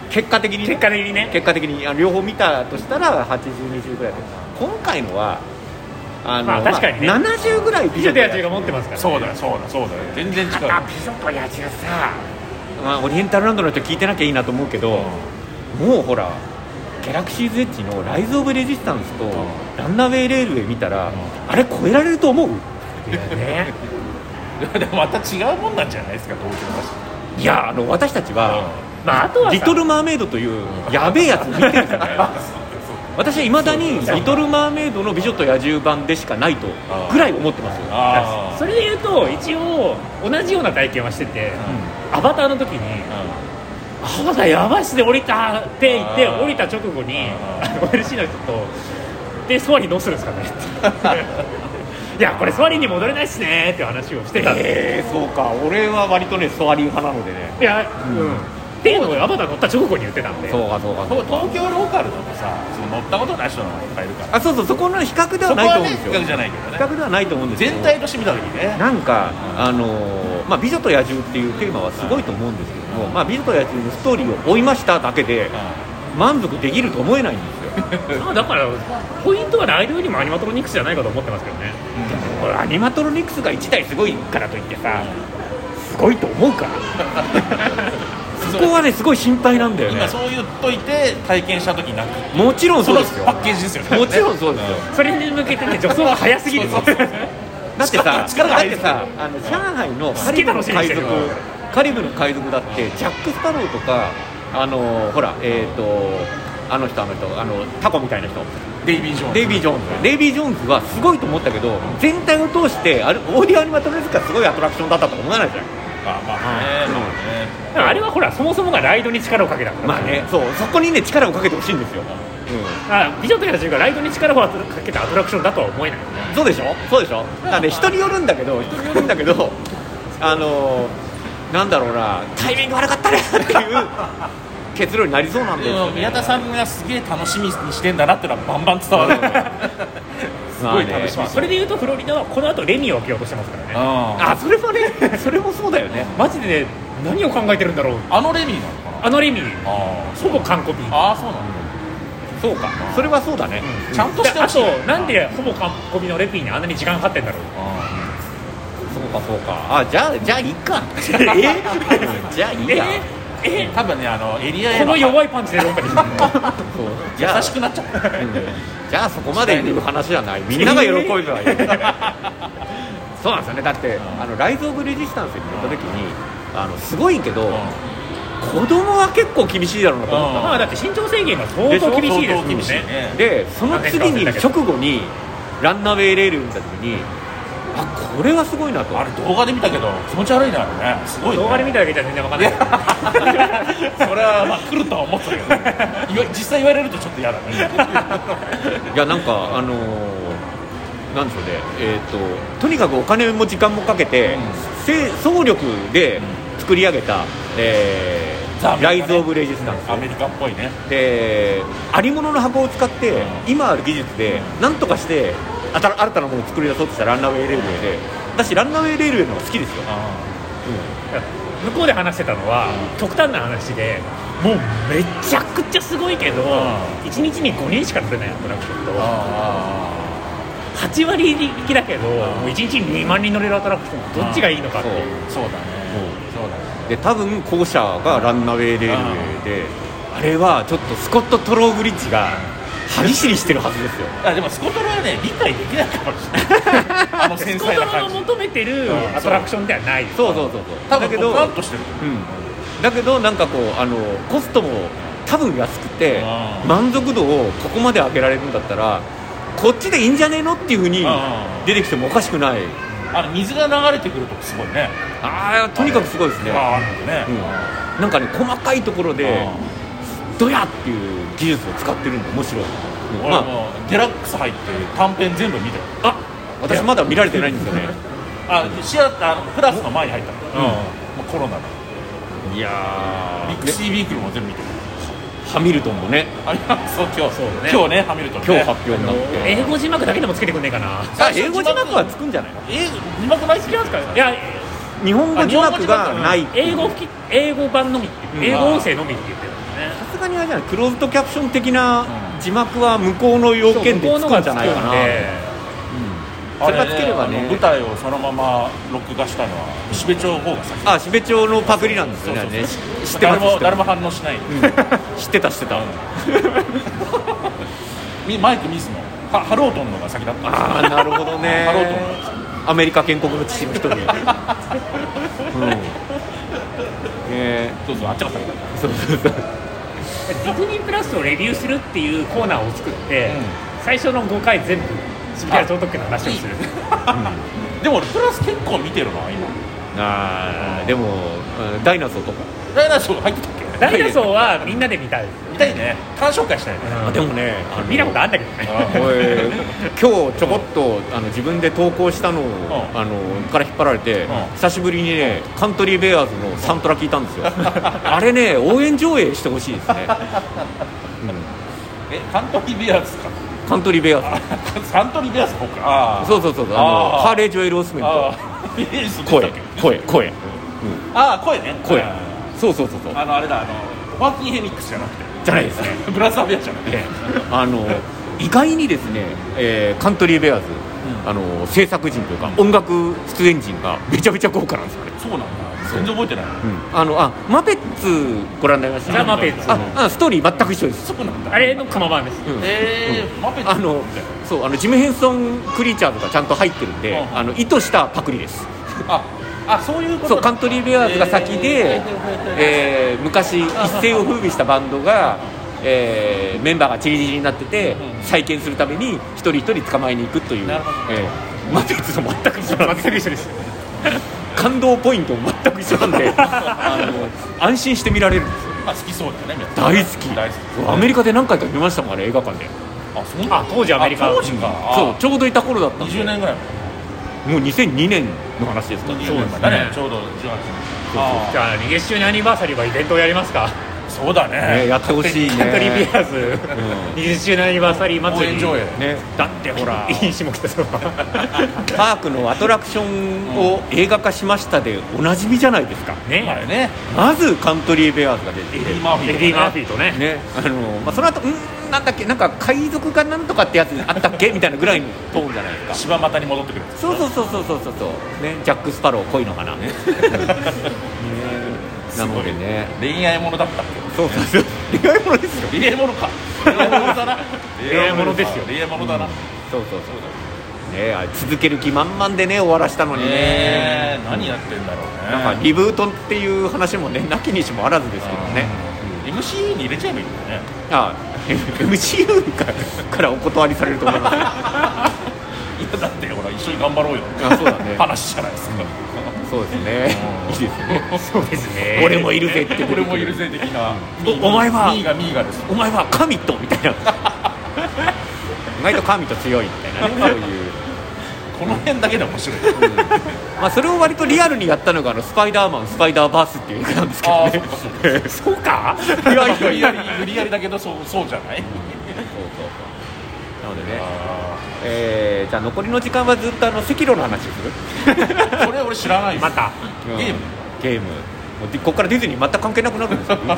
A: 結果的にね、
C: 結果的にね
A: 結果的にあの両方見たとしたら8020ぐらいだと思う今回のはあの、
C: まあ確かにね
A: まあ70ぐらい
C: 美女と野獣が持ってますから
B: そうだよそうだそうだよ全然違う
C: あ美女と野獣さ
A: まあ、オリエンタルランドの人聞いてなきゃいいなと思うけど、もうほらギャラクシーズエッジの「ライズ・オブ・レジスタンス」と「ランナウェイ・レールウェイ」見たら、あれ超えられると思う
C: いや
B: *laughs*
C: ね
B: でもまた違うもんなんじゃないですか東京だし
A: いやあの私たち *laughs* は
C: まああと
A: 「
C: は
A: リ
C: さ
A: トル・マーメイド」というやべえやつ見てるんですよね
B: *laughs*
A: 私はいまだに「リトル・マーメイド」の「美女と野獣」版でしかないとぐらい思ってますよ
B: あ
C: それで言うと一応同じような体験はしてて、アバターの時に「アバターやばいっすね降りた」って言って
B: あー
C: 降りた直後に
B: あ
C: LC の人と「でソアリンどうするんですかね?」
B: *laughs*
C: って「いやこれソアリンに戻れないっすね」っていう話をしてたんで、
A: えー、そうか俺は割とねソアリン派なのでね
C: いやうん、っていうのをアバター乗った直後に言ってたんで
A: そうかそうかそうか
B: 東京ローカルだとさその乗ったことない人の方がいっぱいいるから
A: あそうそうそこの比較では
B: そこ
A: ないと
B: は
A: 思
B: ね
A: うんです
B: 比
A: よ、
B: 較じゃないけど
A: 比
B: ね
A: 較ではないと思うんですよ
B: 全体として見た時ね
A: なんか、あのーまあ、美女と野獣っていうテーマはすごいと思うんですけども、まあ、美女と野獣のストーリーを追いましただけで満足できると思えないんですよ
C: まあだからポイントはライドよりもアニマトロニクスじゃないかと思ってますけどね
A: これアニマトロニクスが1台すごいからといってさすごいと思う *laughs* かそこはねすごい心配なんだよね
B: 今そう言っといて体験した時に泣く
A: もちろんそうですよ
B: パッケージですよね
A: もちろんそうですよ
C: それに向けてね助走が早すぎる
B: そうそうそう
A: だってさ
B: 力
A: だ
B: が
A: っ
B: 入
A: て
B: る
A: さあの上海のカリブの海賊
C: 好きなの知ってる
A: カリブの海賊だってジャック・スパローとかあのほらえっ、とあの人あの人あのタコみたいな人
B: デイビー・ジョーンズ
A: デイビー・ジョーンズデイビー・ジョーンズはすごいと思ったけど全体を通してあれオーディオアニマトロニクスがすごいアトラクションだったと思わないじゃん
B: まあまあねまあね
C: あれはほらそもそもがライドに力をかけたから
A: まあねそうそこにね力をかけてほしいんですよ、
C: あ美女と野獣がライドに力をかけたアトラクションだとは思えないよね
A: うん、そうでしょそうでしょだからね人によるんだけど人によるんだけどあのなんだろうなタイミング悪かったねっていう結論になりそうなんです
B: で
A: よ、
B: も
A: ね、
B: 宮田さんがすげえ楽しみにしてんだなってのはバンバン伝わる
A: *laughs* す
B: ごい楽しみ
C: それでいうとフロリダはこの後レミを開けようとしてますからね
B: あ
A: あそれもねそれもそうだよね
C: マジでね何を考えてるんだろう
B: あのレミーなのかな
C: あのレミ
B: あ
C: ほぼ完コピ
B: ああそうなんだ
A: そうかそれはそうだね、
B: ちゃんと
C: で
B: して
C: あ
B: ほしい
C: となんでほぼ完コピのレピーにあんなに時間かかってんだろう
A: そうかそうかあじゃあじゃあいい *laughs* かじゃあいいや、
C: え
B: 多分ねあのエリア
C: え
B: へ
C: こ
B: の
C: の
B: 優
C: 弱いパンチでどっかにしてるの
A: そうじゃあ
B: しくなっちゃった
A: うん *laughs* じゃあそこまで言う話じゃ
B: *laughs*
A: ないみんなが喜ぶわよそうなんですよねだって「あのライズ・オブ・レジスタンス」に出た時にあのすごいけど、子供は結構厳しいだろうなと思っ
C: まあだって身長制限が相当厳しいですもん
B: 厳しい
A: た
C: ね
B: ね
A: でその次に
C: あ
A: 直後にランナウェイ・レール見た時にあこれはすごいなと
B: あれ動画で見たけど気持ち悪いなあれねすごいね
C: 動画で見ただけじゃ全然わかんない
B: それはまあ来るとは思ってたけどいわ実際言われるとちょっと嫌だね
A: いやなんかあのーなんでしょうねえっ、ととにかくお金も時間もかけて、せ総力で作り上げた、えー
B: ザアメリカね
A: ライズ・オブ・レジスタンス
B: アメリカっぽいね
A: でありものの箱を使って、今ある技術でなんとかしてあた新たなものを作り出そうとしたランナウェイ・レールウェイで私ランナウェイ・レールウェイの方が好きですよ、
C: 向こうで話してたのは、極端な話でもうめちゃくちゃすごいけど、
B: ん
C: 一1日に5人しか乗れないアトラクションと
B: あ
C: 8割行きだけど、もう1日に2万人乗れるアトラクションどっちがいいのかっていう、
A: う
B: あそうだねそうだね
A: で多分後者がランナウェイ・レールウェイであれはちょっとスコット・トローブリッジが歯ぎしりしてるはずですよ
B: あでもスコトラはね理解できないかもしれ
C: *laughs*
B: ないあの繊
C: スコ
B: 細な
C: トラ
B: 感
C: の
B: じ
C: 求めてる
B: うん
C: アトラクションではないで
A: *laughs*
C: す
A: そうそうそうそ
B: 多
A: うだ
B: 分
A: け
B: こ
A: ど
B: うパンとしてる
A: うん、だけどなんかこうあのコストも多分安くて
B: あー
A: 満足度をここまで上げられるんだったらこっちでいいんじゃねえのっていうふうに
B: あー
A: 出てきてもおかしくない
B: あの水が流れてくるとこすごいね
A: あーとにかくすごいですね、
B: ああるんでね、
A: うん、なんかね細かいところでドヤっていう技術を使ってるんで面白い、うん
B: 俺
A: まあ
B: もうデラックス入って短編全部見たよ
A: あ私まだ見られてないんです
B: *laughs*
A: よね
B: あシアターあのクラスの前に入ったの、うんもうコロナの
A: いや
B: ビッグ
A: ー
B: シービークルも全部見てる
A: ハミルトンもね
B: あれはそう今日
C: そうね
B: 今日ねハミルトンね
A: 今日発表になっ
C: あの
A: て
C: 英語字幕だけでもつけてくんねえかな
A: あ英語字幕はつくんじゃないの
B: え字幕ないっすよ
C: いや
A: 日本語字幕がないっていう
C: 英語吹き英語版のみって言って英語音声のみって言ってる
A: さすがにあれじゃないクローズドキャプション的な字幕は向こうの要件でつくんじゃないかなそれがつければね
B: あの舞台をそのまま録画したのは石部長の方が先
A: あ標町のパクリなんですよねあれね
B: そうそうそう
A: 知ってま
B: 誰
A: す
B: も誰も反応しない、
A: *laughs* 知ってた知ってた
B: *laughs* みマイクミスのハハロートンのが先だったんですよ
A: ああなるほどね
B: ハロートンのが先
A: アメリカ建国の父の一人うんねえ
B: そうそうあっちが先だった
A: そうそうそう
C: ディズニープラスをレビューするっていうコーナーを作って、
B: うん
C: 最初の5回全部渋谷超特権の話をする
B: でも俺プラス結構見てるな今
A: あーでもうんダイナソーとか
B: ダイナソー入ってたっけ
C: ダイナソーはみんなで見たいです、
B: 見たいね鑑賞会したいね
A: あでもねあの
C: 見たことあんだけどね
B: あ
A: おい今日ちょこっとあの自分で投稿したのをあのから引っ張られて
B: うん
A: 久しぶりにねカントリーベアーズのサントラ聞いたんですよあれね応援上映してほしいですね、
B: えカントリーベアーズか *laughs*
A: うんカントリーベアーズ
B: サントリーベアーズの方かあ
A: そううそうそうそうあの
B: あー
A: ハーレー・ジョエル・オスメンと
B: あーイエス出た
A: 声
B: っけ
A: 声声
B: ああ声ね
A: 声
B: あ
A: そうそうそうそう
B: ーあのあれだあのワーキンヘニックスじゃなくて *laughs*
A: じゃないですね
B: ブラザーベアじゃなくて
A: ええあの意外にですね、えーカントリーベアーズ、
B: うん
A: あの制作陣というか音楽出演陣がめちゃめちゃ豪華なんですよね、
B: そうなんだ全然覚えてない
A: うんあのあマペッツご覧になりました
C: ザ・マペッツ
A: あ
C: の
A: あストーリー全く一緒です、
B: そうなんだ
C: あれの釜版です
A: うん
B: えーマペット
A: あのそうあのジム・ヘンソン・クリーチャーズがちゃんと入ってるんで、
B: うん
A: あの意図したパクリです
B: ああそういうこと
A: そうカントリー・ベアーズが先で、えー昔一世を風靡したバンドが、えーメンバーがチリチリになってて
B: うん
A: 再建するために一人一人捕まえに行くという、
B: なるほど
A: えーマテツと全く一緒なんです
C: 全く一緒です
A: 感動ポイントも全く一緒なん
B: *laughs*
A: であの安心して見られるんですよ
B: まあ好きそうだよねみんな
A: 大好き
B: 大好き
A: アメリカで何回か見ましたもんあれ映画館で
B: あそうなんだ
C: あ当時アメリカ
B: あ当時か
A: そう
B: あ
A: ちょうどいた頃だったんで
B: 20年ぐらい前
A: もう2002年の話ですから
B: 20年前だねちょうど18年
C: じ
B: あ
C: ゃあ20周年アニバーサリーはイベントをやりますか
B: ーそうだ
A: ね、
B: ね
A: やってほしいね
C: カントリーベアーズ、20周年アニバーサリー
B: 応
C: 祭
B: 援
C: り
B: 上映
A: ね
C: だってほらいい下北沢
A: パークのアトラクションを映画化しましたでおなじみじゃないですか
B: まあ
C: ね
B: ね
A: まずカントリーベアーズが出て
B: エディ・マーフィー
C: エディ・マーフィーとね
A: ねあの、まあ、その後うーんなんだっけなんか海賊がなんとかってやつあったっけみたいなぐらいのトーンじゃないですか
B: 柴又に戻ってくる
A: そうそうそうそうそうそうそうねジャック・スパロー濃いのかな *laughs* ねなのでね
B: 恋愛ものだったっけ
A: そうそうそう恋愛ものですよ
B: 恋愛ものか恋愛ものだな
C: 恋愛ものですよ
B: 恋愛ものだな
A: そうそうそうねあれ続ける気満々でね終わらしたのにね、
B: えー何やってんだろうね
A: なんかリブートっていう話もねなきにしもあらずですけどね、
B: MCU に入れちゃえばいいんだよね
A: あ MCU からからお断りされると思います
B: いやだってほら一緒に頑張ろうよ
A: あそうだね
B: 話じゃないですか
A: そうですねいいですね
C: そうですね
A: 俺もいるぜって
B: 俺もいるぜ的な
A: おお前は
B: ミーガミーガです
A: お前は神とみた *laughs* いな意外と神と強いみたいなねそういう、
B: この辺だけで面 *laughs* 白い
A: まあ、それを割とリアルにやったのがあのスパイダーマンスパイダーバースっていう映画なんですけど
B: あ
A: ね *laughs*
B: あそうか
A: いやいやいや
B: 無理やり無理やりだけどそうそうじゃない
A: なのでね、
B: あ
A: えーじゃあ残りの時間はずっとあの赤炉の話をする
B: ーそれ俺知らないです
C: また
B: ゲーム
A: ゲームもうでここからディズニー全く関係なくなるんです *laughs* よま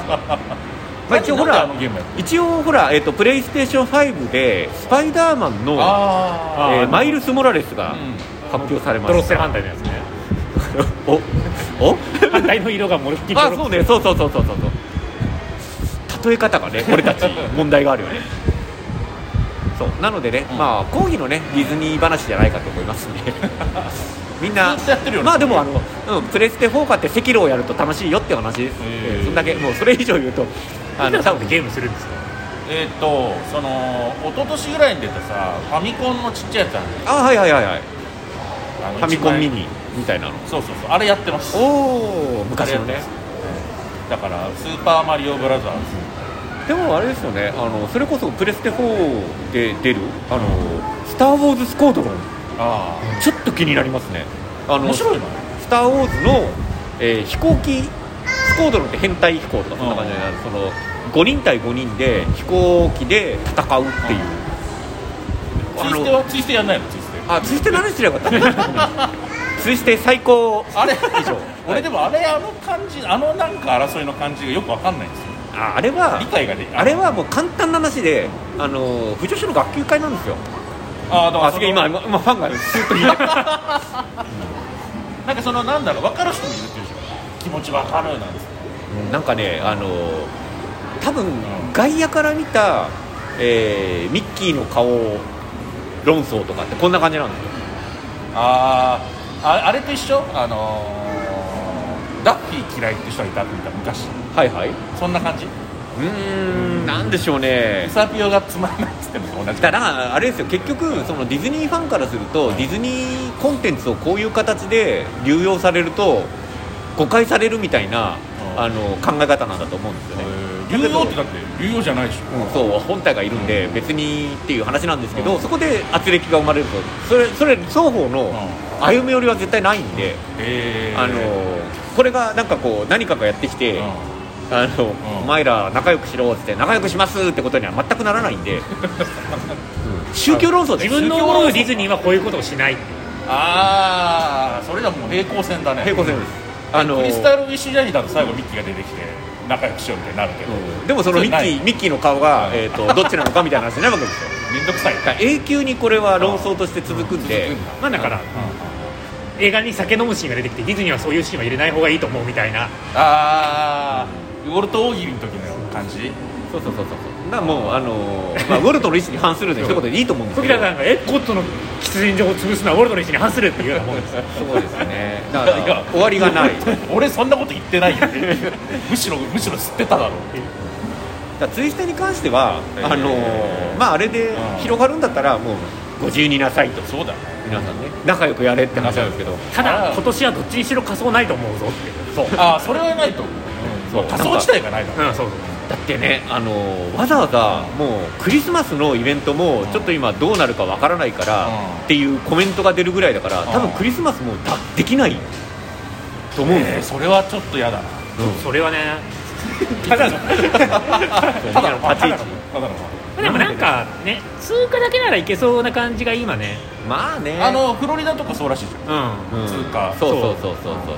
A: あ一応ほ
B: なんであ
A: ら
B: のゲームやっ
A: 一応ほら、えー、とプレイステーション5でスパイダーマンの
B: あ
A: えー
C: あの
A: マイルス・モラレスが
B: うん
A: 発表されま
C: ドロッ
A: し
C: セ
A: た、
C: 反対のやつね
A: おお
C: 反対の色がモルッキー
A: あそうねそうそうそうそうそうそう例え方がね俺たち問題があるよねそうなのでね、
B: うん
A: まあ講義のねディズニー話じゃないかと思いますんでみんな
B: ずっとやってるよね
A: まあでもあの、うん、プレステ4買って赤炉をやると楽しいよって話です、
B: へー
A: えーそんだけもうそれ以上言うとあの
C: 皆
A: 多
C: さんって
A: 分
C: ゲームするんですか
B: えっ、とその一昨年ぐらいに出たさファミコンのちっちゃいやつある
A: あはいはいはいはい
B: じゃん
A: ファミコンミ
B: ニ
A: ニみたいなの
B: そうそうそうあれやってます
A: おお昔の
B: あれや
A: ね
B: ってますだからスーパーマリオブラザーズ
A: でもあれですよねあのそれこそプレステ4で出る「あのスター・ウォーズ・スコードロン
B: あ」
A: ちょっと気になりますねあ
B: あ
A: の
B: 面白いの
A: スター・ウォーズの」えー飛行機スコードロンって変態飛行とかそんな感じで、その5人対5人で飛行機で戦うっていう、
B: ツイステはツイステやんないのツイステ
A: あツイステの話すればよかったね *laughs* ツイステ最高
B: あれ
A: 以上
B: *laughs* 俺でもあれあの感じあのなんか争いの感じがよくわかんないんですよ
A: ああれは
B: 理解ができない
A: あれはもう簡単な話であの不女子の学級会なんですよ
B: あだから
A: あすげえ今今今ファンがスーッと見えた
B: なんかそのなんだろう分かる人もいるっていうでしょ気持ち分かるなんです
A: なんかねあの多分外野から見た、えーミッキーの顔論争とかってこんな感じなんですよ
B: あーああれと一緒あのーダッフィー嫌いって人がいたって見た昔
A: はいはいう
B: そんな感じ
A: ーんなんでしょうね
B: エサピオがつまんないっつってんのと同じ
A: だからあれですよ結局そのディズニーファンからするとディズニーコンテンツをこういう形で流用されると誤解されるみたいな
B: うん
A: あの考 *laughs* え方なんだと思うんですよね
B: えー竜王ってだって竜王じゃないでしょ
A: うんそう本体がいるんで別にっていう話なんですけど、そこで圧力が生まれるとそれそれ双方の
B: う
A: 歩み寄りは絶対ないんで、
B: えー
A: あのこれがなんかこう何かがやってきて、あの
B: ん
A: お前ら仲良くしろっつって仲良くしますってことには全くならない
B: *laughs*
A: んで、宗教論争で
C: 自分の
A: 宗教論
C: 思
A: 争
C: うディズニーはこういうことをしないって
B: ああそれだもう平行線だね
A: 平行線です、あの
B: クリスタルウィッシュジャニーだと最後ミッキーが出てきて仲良くしようみたいになるけど、
A: うんでもそのミッキ
B: ない
A: ーミッキーの顔が、
B: うん
A: えー、
B: *laughs*
A: とどっちなのかみたいな話になるわけですよ
B: めんどくさい
A: だから永久にこれは論争として続くんで、
B: うん続くんだ
C: まあだから映画に酒飲むシーンが出てきてディズニーはそういうシーンは入れない方がいいと思うみたいな
B: あーウォルト大喜利の時の感じ
A: *laughs* そうそうそうそうそうだからもうあのーまあ、ウォルトの意思に反するの一言でいいと思うんです
C: 時
A: けど
C: 田さんが「えコットの喫煙所を潰すのはウォルトの意思に反する」っていうようなもんですよ
A: そうですねだか
B: いや
A: ら *laughs* 終わりがない
B: 俺そんなこと言ってないよむしろむしろ知ってただろう
A: だからツイステに関しては
B: えー
A: あのーまああれで
B: うん
A: 広がるんだったらもうご自由になさいと
B: そうだね
A: 皆さんね仲良くやれって話なんですけど
C: た
B: あ
C: だ
B: ー
C: 今年はどっちにしろ仮装ないと思うぞっていうそう
B: *laughs* ああそれはないと思う、
A: そう
B: 仮想地帯がないだろ
C: うんそうそう
A: だってねあのーわざわざもうクリスマスのイベントも
B: ん
A: ちょっと今どうなるかわからないからっ
B: うん
A: ていうコメントが出るぐらいだから多分
B: うん
A: クリスマスもだできないと思うん
B: えー
A: ですよ、
B: それはちょっと嫌だな
C: それはねただの
A: ただの立ち位置
B: ただの
C: でもなんかね通貨だけならいけそうな感じが今ね
A: まあね
B: あのフロリダとかそうらしいじゃ
C: うん
A: うん
B: 通貨
A: そうそうそうそうそうそうん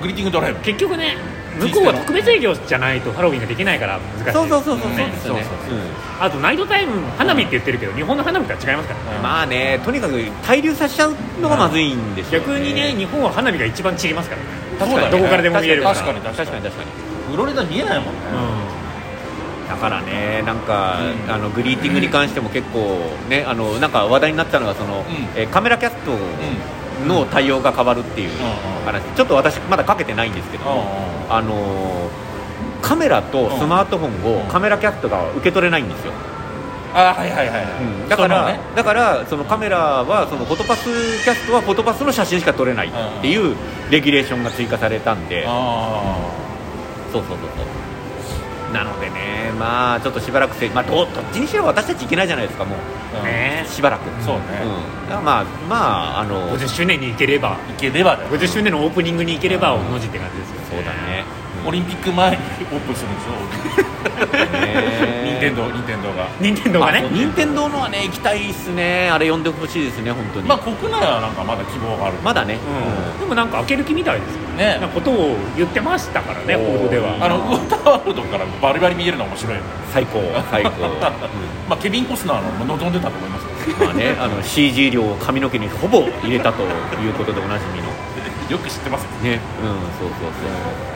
B: グリーティングドライブ
C: 結局ね向こうは特別営業じゃないとハロウィンができないから難しい
A: そうそうそうそうそう
C: ね
A: ですよね
B: そうそう
C: あとナイトタイム花火って言ってるけど日本の花火とは違いますからね
A: うんまあねとにかく滞留させちゃうのがまずいんでしょう、ね、
C: 逆にね日本は花火が一番散りますからね
A: 確
B: そう
A: か
B: だ
A: に
B: ね
C: どこからでも見えるから
B: 確かに確か
A: 確
B: に
A: かに確かに
B: フロリダ見えないもんね、
A: だからねなんか、あのグリーティングに関しても結構ねあのなんか話題になったのがその、えーカメラキャストの対応が変わるっていう
B: うん
A: 話、ちょっと私まだかけてないんですけど、
B: うんうん
A: あのーカメラとスマートフォンを
B: うん
A: カメラキャストが受け取れないんですよ、
B: あーはいはいはいはい、
A: だから、
B: そのね
A: だからそのカメラはそのフォトパスキャストはフォトパスの写真しか撮れないっていうレギュレーションが追加されたんで、
B: あ
A: そうそうそうそうなのでねまあちょっとしばらくせ、まあ、どうどっちにしろ私たち行けないじゃないですかも
B: あ、
C: ね
A: うしばらく
B: そうね、
A: うん、だからまあまああの
C: 50周年に行ければ
B: いければだよ
C: 50周年のオープニングに行ければおの字って感じですよね
A: そうだ
B: *laughs*
A: ね
B: オリンピック前にオープンするんでしょ任天堂任天堂が
C: 任天堂が
A: ね
C: ね
A: 任天堂のはね行きたいっすねあれ呼んでほしいですね本当に
B: まあ
A: ま
B: 国内はなんかまだ希望がある
A: だね、
C: でもなんか開ける気みたいですよ
B: ね
C: ねなことを言ってましたからね
A: おー
C: 報道では
B: あのウォーターワールドからバリバリ見えるのは面白いよね
A: 最高最
B: *laughs*
A: 高、うん
B: まあケビン・コスナーの望んでたと思いますよ
A: まあねあの CG 量を髪の毛にほぼ入れたということでおなじみの
B: よく知ってます
A: ねうんそうそうそ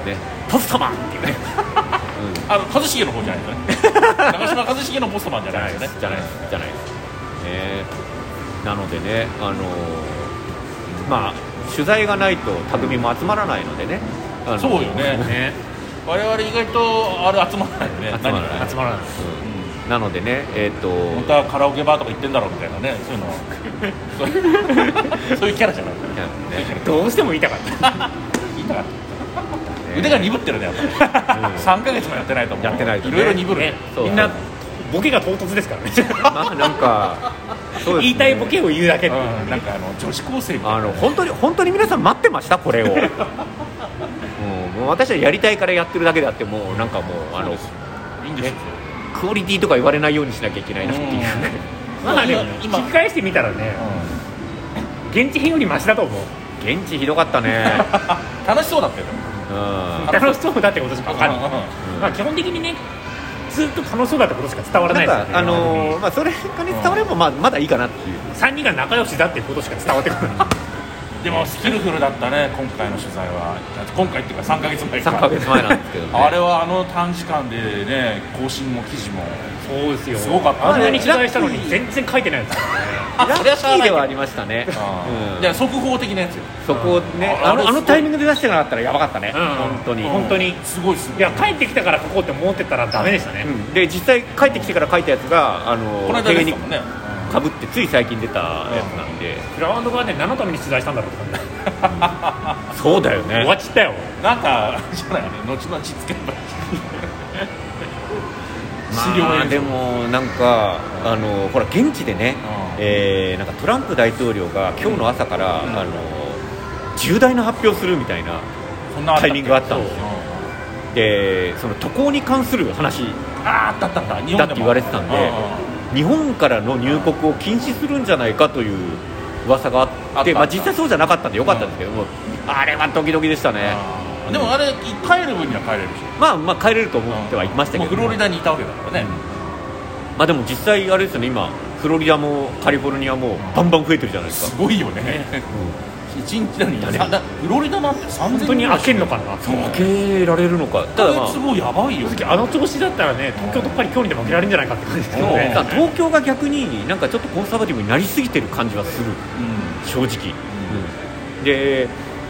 A: うねポストマンっていうね、 *laughs*
B: あの一茂の方じゃないですよね長嶋一茂のポストマンじゃ
A: じゃ
B: な
A: ないい
B: です
A: ですじ
B: よね
A: ゃないですじゃないですなのでね、あのまあ、取材がないと匠も集まらないのでね、あの
B: そうよね
C: ね
B: 我々意外とあれ集まらないよね
A: *laughs* 集まらない
B: 何かね
C: 集まらない
B: うん
A: なのでね、えっと
B: 本当はカラオケバーとか行ってんだろうみたいなねそういうのそう
A: *laughs*
B: いうそういうキャラじゃない
A: なのでね
C: どうしても言いたかった
B: いいな腕が鈍ってるねやっぱり、
A: うん
B: 3か月もやってないと思う
A: やってないとね
B: いろいろ鈍るね
C: ね
A: そう
C: みんなボケが唐突ですからね
A: まあなんか、そうですね
C: *laughs* 言いたいボケを言うだけ
B: う
C: っていうん
B: なんかあの女子高生みたいな
A: あの本当に本当に皆さん待ってましたこれを、うん、もう私はやりたいからやってるだけであってもうなんかもうあ
B: そ
A: の
B: うですよいいんですよ
A: クオリティとか言われないようにしなきゃいけないなっていう、
B: うん
C: まあでも
B: 今
C: 聞き返してみたらね現地編よりマシだと思う
A: 現地ひどかったね、
B: うん *laughs* 楽しそうだったよね
A: うん、
C: 楽しそうだってことしか分かんない、
B: う
A: うん
C: まあ基本的にねずっと楽しそうだってことしか伝わらな
A: ないん
C: ですよね
A: かあのーまあそれがね伝わればまあまだいいかなっていう
C: 3人が仲良しだってことしか伝わってこない
B: んでもスキルフルだったね今回の取材は今回っていうか3か月前
A: 3ヶ月前なんですけどね
B: あれはあの短時間でね更新も記事も
C: そうですよ
B: すごかったね
C: あんなに取材したのに全然書いてないですからね
A: ラ
B: そりゃ
A: ッ
B: し
A: キ
B: ゃ
A: ー
B: あないけ
A: で
B: ど
A: はありましたね、
B: うん
A: うん
B: いや速報的なやつよ
A: そこをね
B: あ
A: あ
B: れ
A: のあのタイミングで出してなかったらやばかったね、
C: うん
A: 本当に、
C: 本当に
B: すごいすごい
C: いや帰ってきたから書こうって思ってたらダメでしたね、
A: うんで実際帰ってきてから書いたやつがあの
B: この間
A: 手
B: で
A: 芸に
B: したもんね
A: かぶってつい最近出たやつなんで、
C: グラウンド側で何のために取材したんだろうって感じ
A: そうだよね
C: 終わっちゃったよ
B: なんかじゃないね後々つけばいい資料映
A: まあ、
B: 像
A: でもなんかあのほら現地でね、
B: うん
A: えーなんかトランプ大統領が今日の朝から、あの重大な発表するみたいな
B: こんなあっ
A: タイミングがあったんです
B: よ
A: でその渡航に関する話
B: ああったあったあった日本でも
A: だって言われてたんで日本からの入国を禁止するんじゃないかという噂があ
B: あ
A: っ
B: った
A: てま
B: あ
A: あ、
B: った
A: 実際そうじゃなかったんでよかったんですけども、あれはドキドキでしたね
B: あーでもあれ帰る分には帰れるでしょ
A: まあまあ帰れると思ってはいましたけど、
B: もうフロリダにいたわけだからね
A: まあ、でも実際あれですよね今フロリダもカリフォルニアもバンバン増えてるじゃないです
B: す
A: か、
B: ごいよね一日なのに
A: だね
B: さだフロリダなんて3000
C: 本当に開けるのかな
B: そう
A: 受けられるのかただまあ
B: すごいやばいよ
C: あの調子だったらね東京とパリ今日にでも負けられるんじゃないかって感じですけど
B: うん
C: ね
A: だから東京が逆になんかちょっとコンサバティブになりすぎてる感じはする
B: うん
A: 正直、で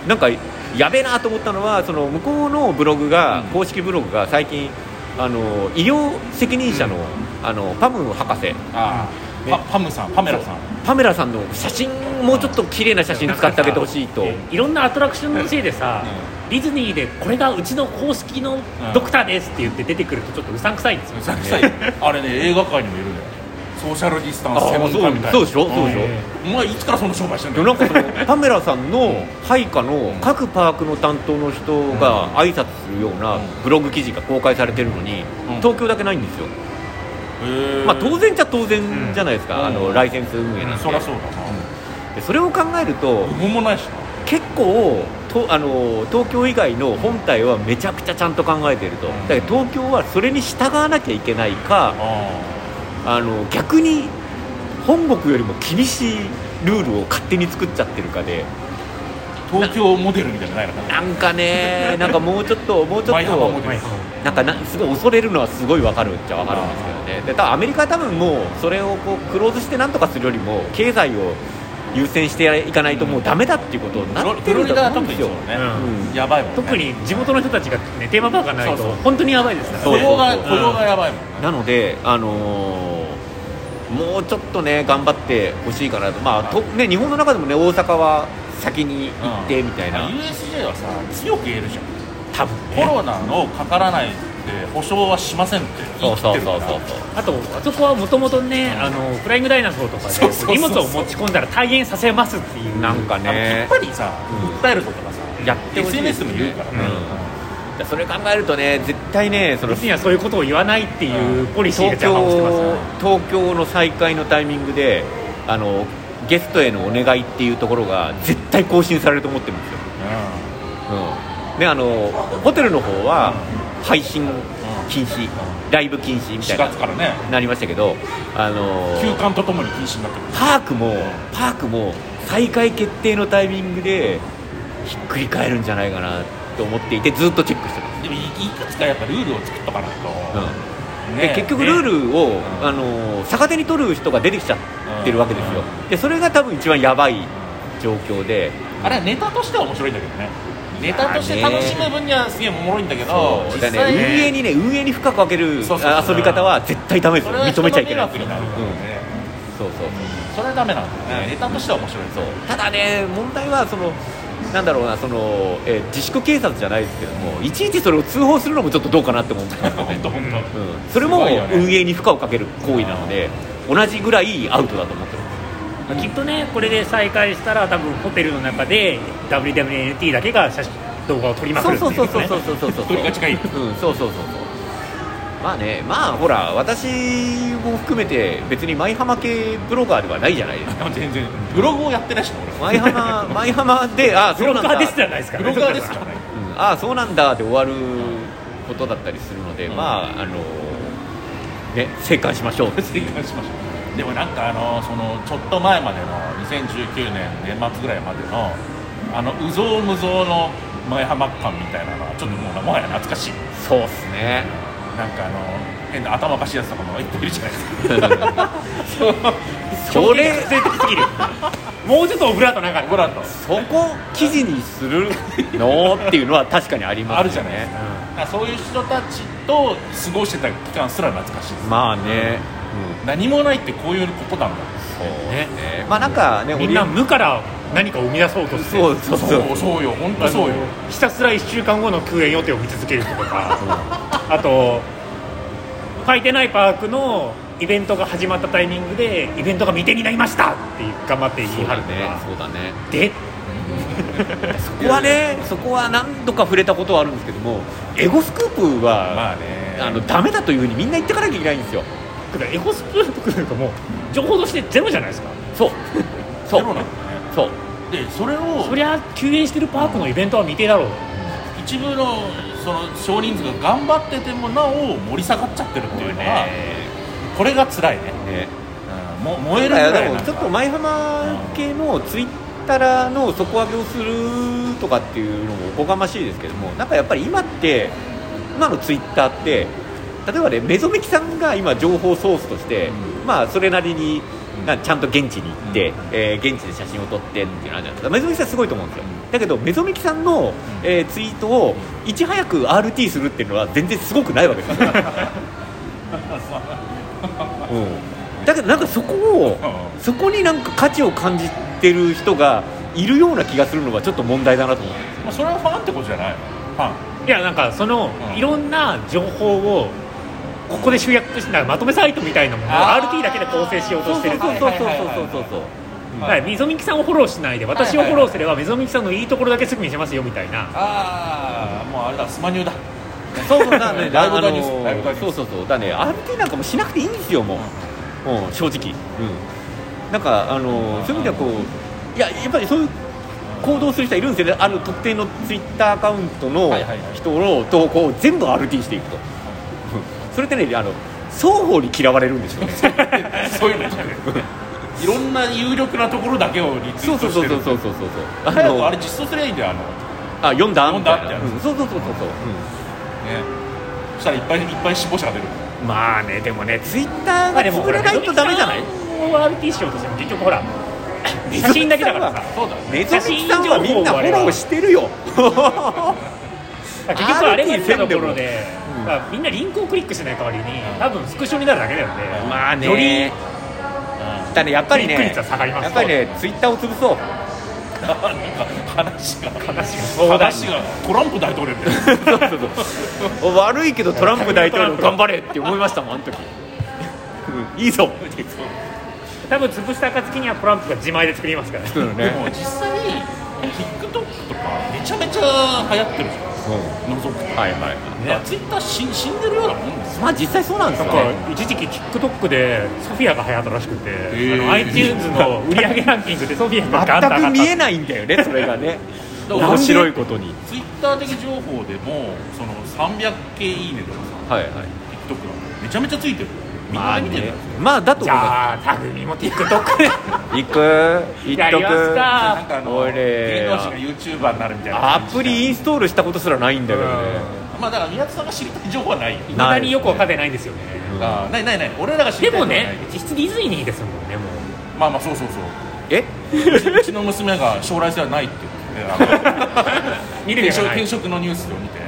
A: なんかやべえなと思ったのはその向こうのブログが、
B: うん
A: 公式ブログが最近あの医療責任者の,、あのパム博士
B: あーパパムさんパメラさん
A: パメラさんの写真もうちょっと綺麗な写真使ってあげてほしいと
C: *laughs* えいろんなアトラクションのせいでさ、ディズニーでこれがうちの公式のドクターですって言って出てくるとちょっとうさんくさいんですよ、
B: うさんくさいよあれね映画界にもいるのよソーシャルディスタンス専
A: あ
B: 門
A: そ
B: 家
A: う
B: みたいな
A: そうでしょそうでしょ、
C: うん
B: お前いつからその商売してんだ
A: でな
B: よ
A: んかそのパメラさんの配下の各パークの担当の人が挨拶するようなブログ記事が公開されてるのに
B: うん
A: 東京だけないんですよ、
B: へー
A: まあ、当然じゃ当然じゃないですか、
B: うん
A: あ
B: う
A: の
B: ん
A: ライセンス運営
B: う
A: なんんで,、
B: そりゃそうだ
A: でそれを考えると
B: な部門もないし
A: 結構とあの東京以外の本体はめちゃくちゃちゃんと考えてると
B: うん
A: だから東京はそれに従わなきゃいけない
B: な
A: か
B: あ
A: あの逆に本国よりも厳しいルールを勝手に作っちゃってるかで。
B: ー東京モデルみたいなのないのか
A: な
B: な
A: んか
B: *laughs*
A: ね、なんかもうちょっと、もうちょ
B: 舞
A: っ
B: 浜モ
A: と
B: デ、ル
A: なんかなすごい恐れるのはすごいわかるっちゃわかるんですけどね、で多分アメリカは多分もう、それをこうクローズしてなんとかするよりも、経済を優先していかないと、もうだめだっていうことになって
B: フロ
A: る
B: リ
A: んだ
B: ダは
A: と思う
B: 特
A: んです
B: にそ
A: よ
B: う。だ
C: う
B: ね
C: ん
A: うん
B: やばいもんね
C: 特に地元の人たちが、ね、テーマパークがないと
B: そうそう
C: 本当にやばいですからね
A: そう
B: 雇用が
A: そう
B: 雇用がやばいもん
A: なので、あのーもうちょっとね、頑張ってほしいかなと、まあとね、日本の中でもね、大阪は先に行ってみたいな、
B: うん USJ はさ強く言えるじゃん
A: 多分
B: コ
A: ね、
B: ロナのかからないって保証はしませんって言
A: そう
B: って
A: そう
B: るか
A: そ
B: ら
A: うそうそう。
C: あとあそこはもともとねあのフライングダイナソーとか
B: そうそうそうそう
C: で荷物を持ち込んだら退園させますっていう
A: なんか
B: あのや
A: ね
B: っぱりさ
A: うん
B: 訴えるとかがさ
A: やってほしいです
B: SNS
A: ね
B: でも言うからね
A: うんそれ考えるとね絶対ねその
C: ディズニーはそういうことを言わないっていうポリシーで
A: 東京
C: 邪魔をしてますよね
A: 東京の再開のタイミングであのゲストへのお願いっていうところが絶対更新されると思ってるんですよ、うん、であのホテルの方は配信禁止ライブ禁止みた
B: 4
A: いな
B: 月からね
A: なりましたけどあの
B: 休館とともに禁止になってくる
A: パークもパークも再開決定のタイミングでひっくり返るんじゃないかなと思っていてずっとチェックしてます、
B: でもいいくつかやっぱルールを作っとかないと
A: うんで結局ルールを、あの逆手に取る人が出てきちゃってるわけですよでそれが多分一番やばい状況で
B: あれはネタとしては面白いんだけどねネタとして楽しむ分にはすげえおもろいんだけど
A: だ
B: 実
A: からね
B: 際
A: 運
B: に
A: 営にね運営に負荷かける
B: そうそうそう
A: あ遊び方は絶対ダメです
B: そ
A: よ
B: れは
A: 認
B: 人の
A: めちゃい
B: 迷
A: けない
B: 惑になるからね
A: そうそう
B: それはダメなんだよねネタとしては面白いそう
A: ただね問題はそのなんだろうなその、えー自粛警察じゃないですけどもいちいちそれを通報するのもちょっとどうかなって思うんです
B: *laughs*
A: よ、
B: 本当本当
A: うんそれも
B: すごいよね
A: 運営に負荷をかける行為なので同じぐらいアウトだと思ってる
C: きっとねこれで再開したら多分ホテルの中で WWNT だけが写真動画を撮りまく
A: そう
C: るってい
A: そうう
C: ね
A: そうそうそうそうそうそう
B: 一人勝ちがいい
A: うん、そうそうそうそうまあねまあほら私も含めて別に舞浜系ブロガーではないじゃない
B: *laughs*
A: ですか
B: 全然ブログをやってないしな
A: 舞浜舞浜でああ
C: ブ
A: そう
C: ロ
A: なん
C: ガ
A: だ
C: ーですじゃないですか
B: 俺ブロガーですからね
A: うんああそうなんだで終わることだったりするので、まああのね静観しましょう
B: 正解しましょう *laughs* でもなんかあのそのちょっと前までの2019年年末ぐらいまでのあのうぞうむぞうの前浜感みたいなのはちょっともうもはや懐かしい
A: そうっすね
B: なんかあの変な頭おかしいやつとかもいっぱいいるじゃないです
A: *laughs*
B: か
A: それ
C: 強制的すぎるもうちょっとオブラートなかった
B: ブラッド
A: そこ記事にするのっていうのは確かにありますよね
B: あるじゃないですかなんかそういう人たちと過ごしてた期間すら懐かしいです、
A: まあね、
B: 何もないってこういうことなんだ
A: そうねまあなんかね
C: みんな無から何かを生み出そうとして
A: そうそうそう
B: そうそうよ本当そうよ
C: ひたすら1週間後の休園予定を見続ける人とかあと書いてないパークのイベントが始まったタイミングでイベントが未定になりましたって頑張って言
A: そ
C: いう張
A: だ
C: ると
A: ね
C: か、
A: そうだね
C: で
A: そこはねそこは何度か触れたことはあるんですけどもエゴスクープは、
B: まあね
A: あのダメだというふうにみんな言ってかなきゃいけないんですよ
C: エゴスプープなんかもう情報としてゼロじゃないですか
A: *laughs* そうそう
B: ゼロなんだね
A: そう
B: でそれを
C: そりゃ休園してるパークのイベントは未定だろう
B: 一部のその少人数が頑張っててもなお盛り下がっちゃってるっていうのは、これが辛いね、
A: ね
B: うん、も燃えるぐ
A: だからら
B: い
A: で
B: な
A: も
B: ん
A: ちょっ
B: だ
A: と舞浜系のツイッターの底上げをするとかっていうのもおこがましいですけどもなんかやっぱり今って今のツイッターって例えばねメゾメキさんが今情報ソースとして、まあそれなりになちゃんと現地に行って、
B: うん
A: えー現地で写真を撮ってっていうのあるじゃないですかメゾメキさんすごいと思うんですよだけどメゾメキさんの、えーツイートをいち早く RT するっていうのは全然すごくないわけですよ、うん、だけどなんかそこを
B: う
A: そこになんか価値を感じてる人がいるような気がするのはちょっと問題だなと思う
B: まあ、それはファンってことじゃないのファン
C: いやなんかその
B: うん
C: いろんな情報をここで集約してなんかまとめサイトみたいなものを
B: あー
C: RT だけで構成しようとしてる
A: そうそうそうそうそうそう
C: はい、みぞみきさんをフォローしないで私をフォローすればみぞみきさんのいいところだけすぐ見せますよみたいな
B: ああもうあれだスマニューだ
A: そうそうだね
B: ライブ
A: あの
B: ダニュースライブダニュース
A: そうそうそうだね RT なんかもしなくていいんですよもう、うん、正直、うん、なんかあのそういう意味ではこういややっぱりそういう行動する人はいるんですよねある特定のツイッターアカウントの
B: はいはいはい
A: 人の投稿を全部 RT していくと、うんそれってねあの双方に嫌われるんですよね
B: *laughs* そういうのじゃないいろんな有力なところだけをリツイ
A: そう
B: ー
A: そ
B: ト
A: うそ
B: し
A: う
B: て
A: そう
B: る
A: そうそうそうあ
B: 早く
A: の
B: あれ実装すればいいんだよあの、ね、
A: あ読んだ
B: 読
A: み
B: んだ
A: たい
B: ってや
A: な、
B: つ
A: うんそうそうそうそうそう、
B: そしたらいっぱいいっぱい死亡者が出る
C: まあねでもねツ
A: ツイッターが潰れないとダメじゃない
C: を RT しようとしても結局ほら *laughs* 写真だけだから
A: *laughs*
C: さ
B: そうだね
A: メゾミキさんはみんなフォローしてるよ
C: 結局あれが出たところ
A: RT せ
C: で、だからみんなリンクをクリックしない代わりに多分スクショになるだけだよね
A: *laughs* ま *laughs* あね
C: より
A: だねやっぱりね
C: クリック率は下がります
A: やっぱりねツイッターを潰そう *laughs*
B: なんか話が話が
C: 壮大
B: 話がトランプ大統領みたいな
A: そうそうそう悪いけどトランプ大統領頑張れって思いましたもんあの時、うんいいぞって
C: 多分潰した暁にはトランプが自前で作りますから
A: そうだ
B: で
A: ね
B: も実際 TikTok とかめちゃめちゃ流行ってるじゃん覗くと
A: はいはい
B: ね、ツイッター死死んでるようなもんですよ
A: まあ実際そうなんです
C: なん
A: よ
C: か
A: ね
C: 一時期 TikTok でソフィアが流行ったらしくて、
B: ー
C: あの iTunes の売り上げランキングでソフィアがガンと上がった
A: 全く見えないんだよねそれがね
B: だか
A: *laughs*
B: ら
A: 面白いことに
B: ツイッター的情報でもその300系いいねとかさ
A: はいはい
B: TikTok がめちゃめちゃついてるみん
A: ま
B: な
A: あ
B: 見てる
A: ね
B: よ
A: まあだと
C: じ
A: 思います
C: ゃあタグミも TikTok で
A: 行く行
C: や
A: っと
C: りまし
A: く
C: た
B: なんかあの
A: おい
B: 芸
A: れ
B: 能人が YouTuber になるみたいな
A: アプリインストールしたことすらないんだけどね
B: まあだから宮田さんが知りたい情報はないよ
C: いまだによくわかってないんですよね
B: あないないない俺らが知り
C: で
B: たい
C: も
B: ことはない
C: ね実質ディズニーですもんねもう
B: まあまあそうそうそう
A: え
B: うちの娘が将来性はないって言っててあの
C: 見
B: 転
C: る目が
B: 職
C: ない
B: 転職のニュースを見て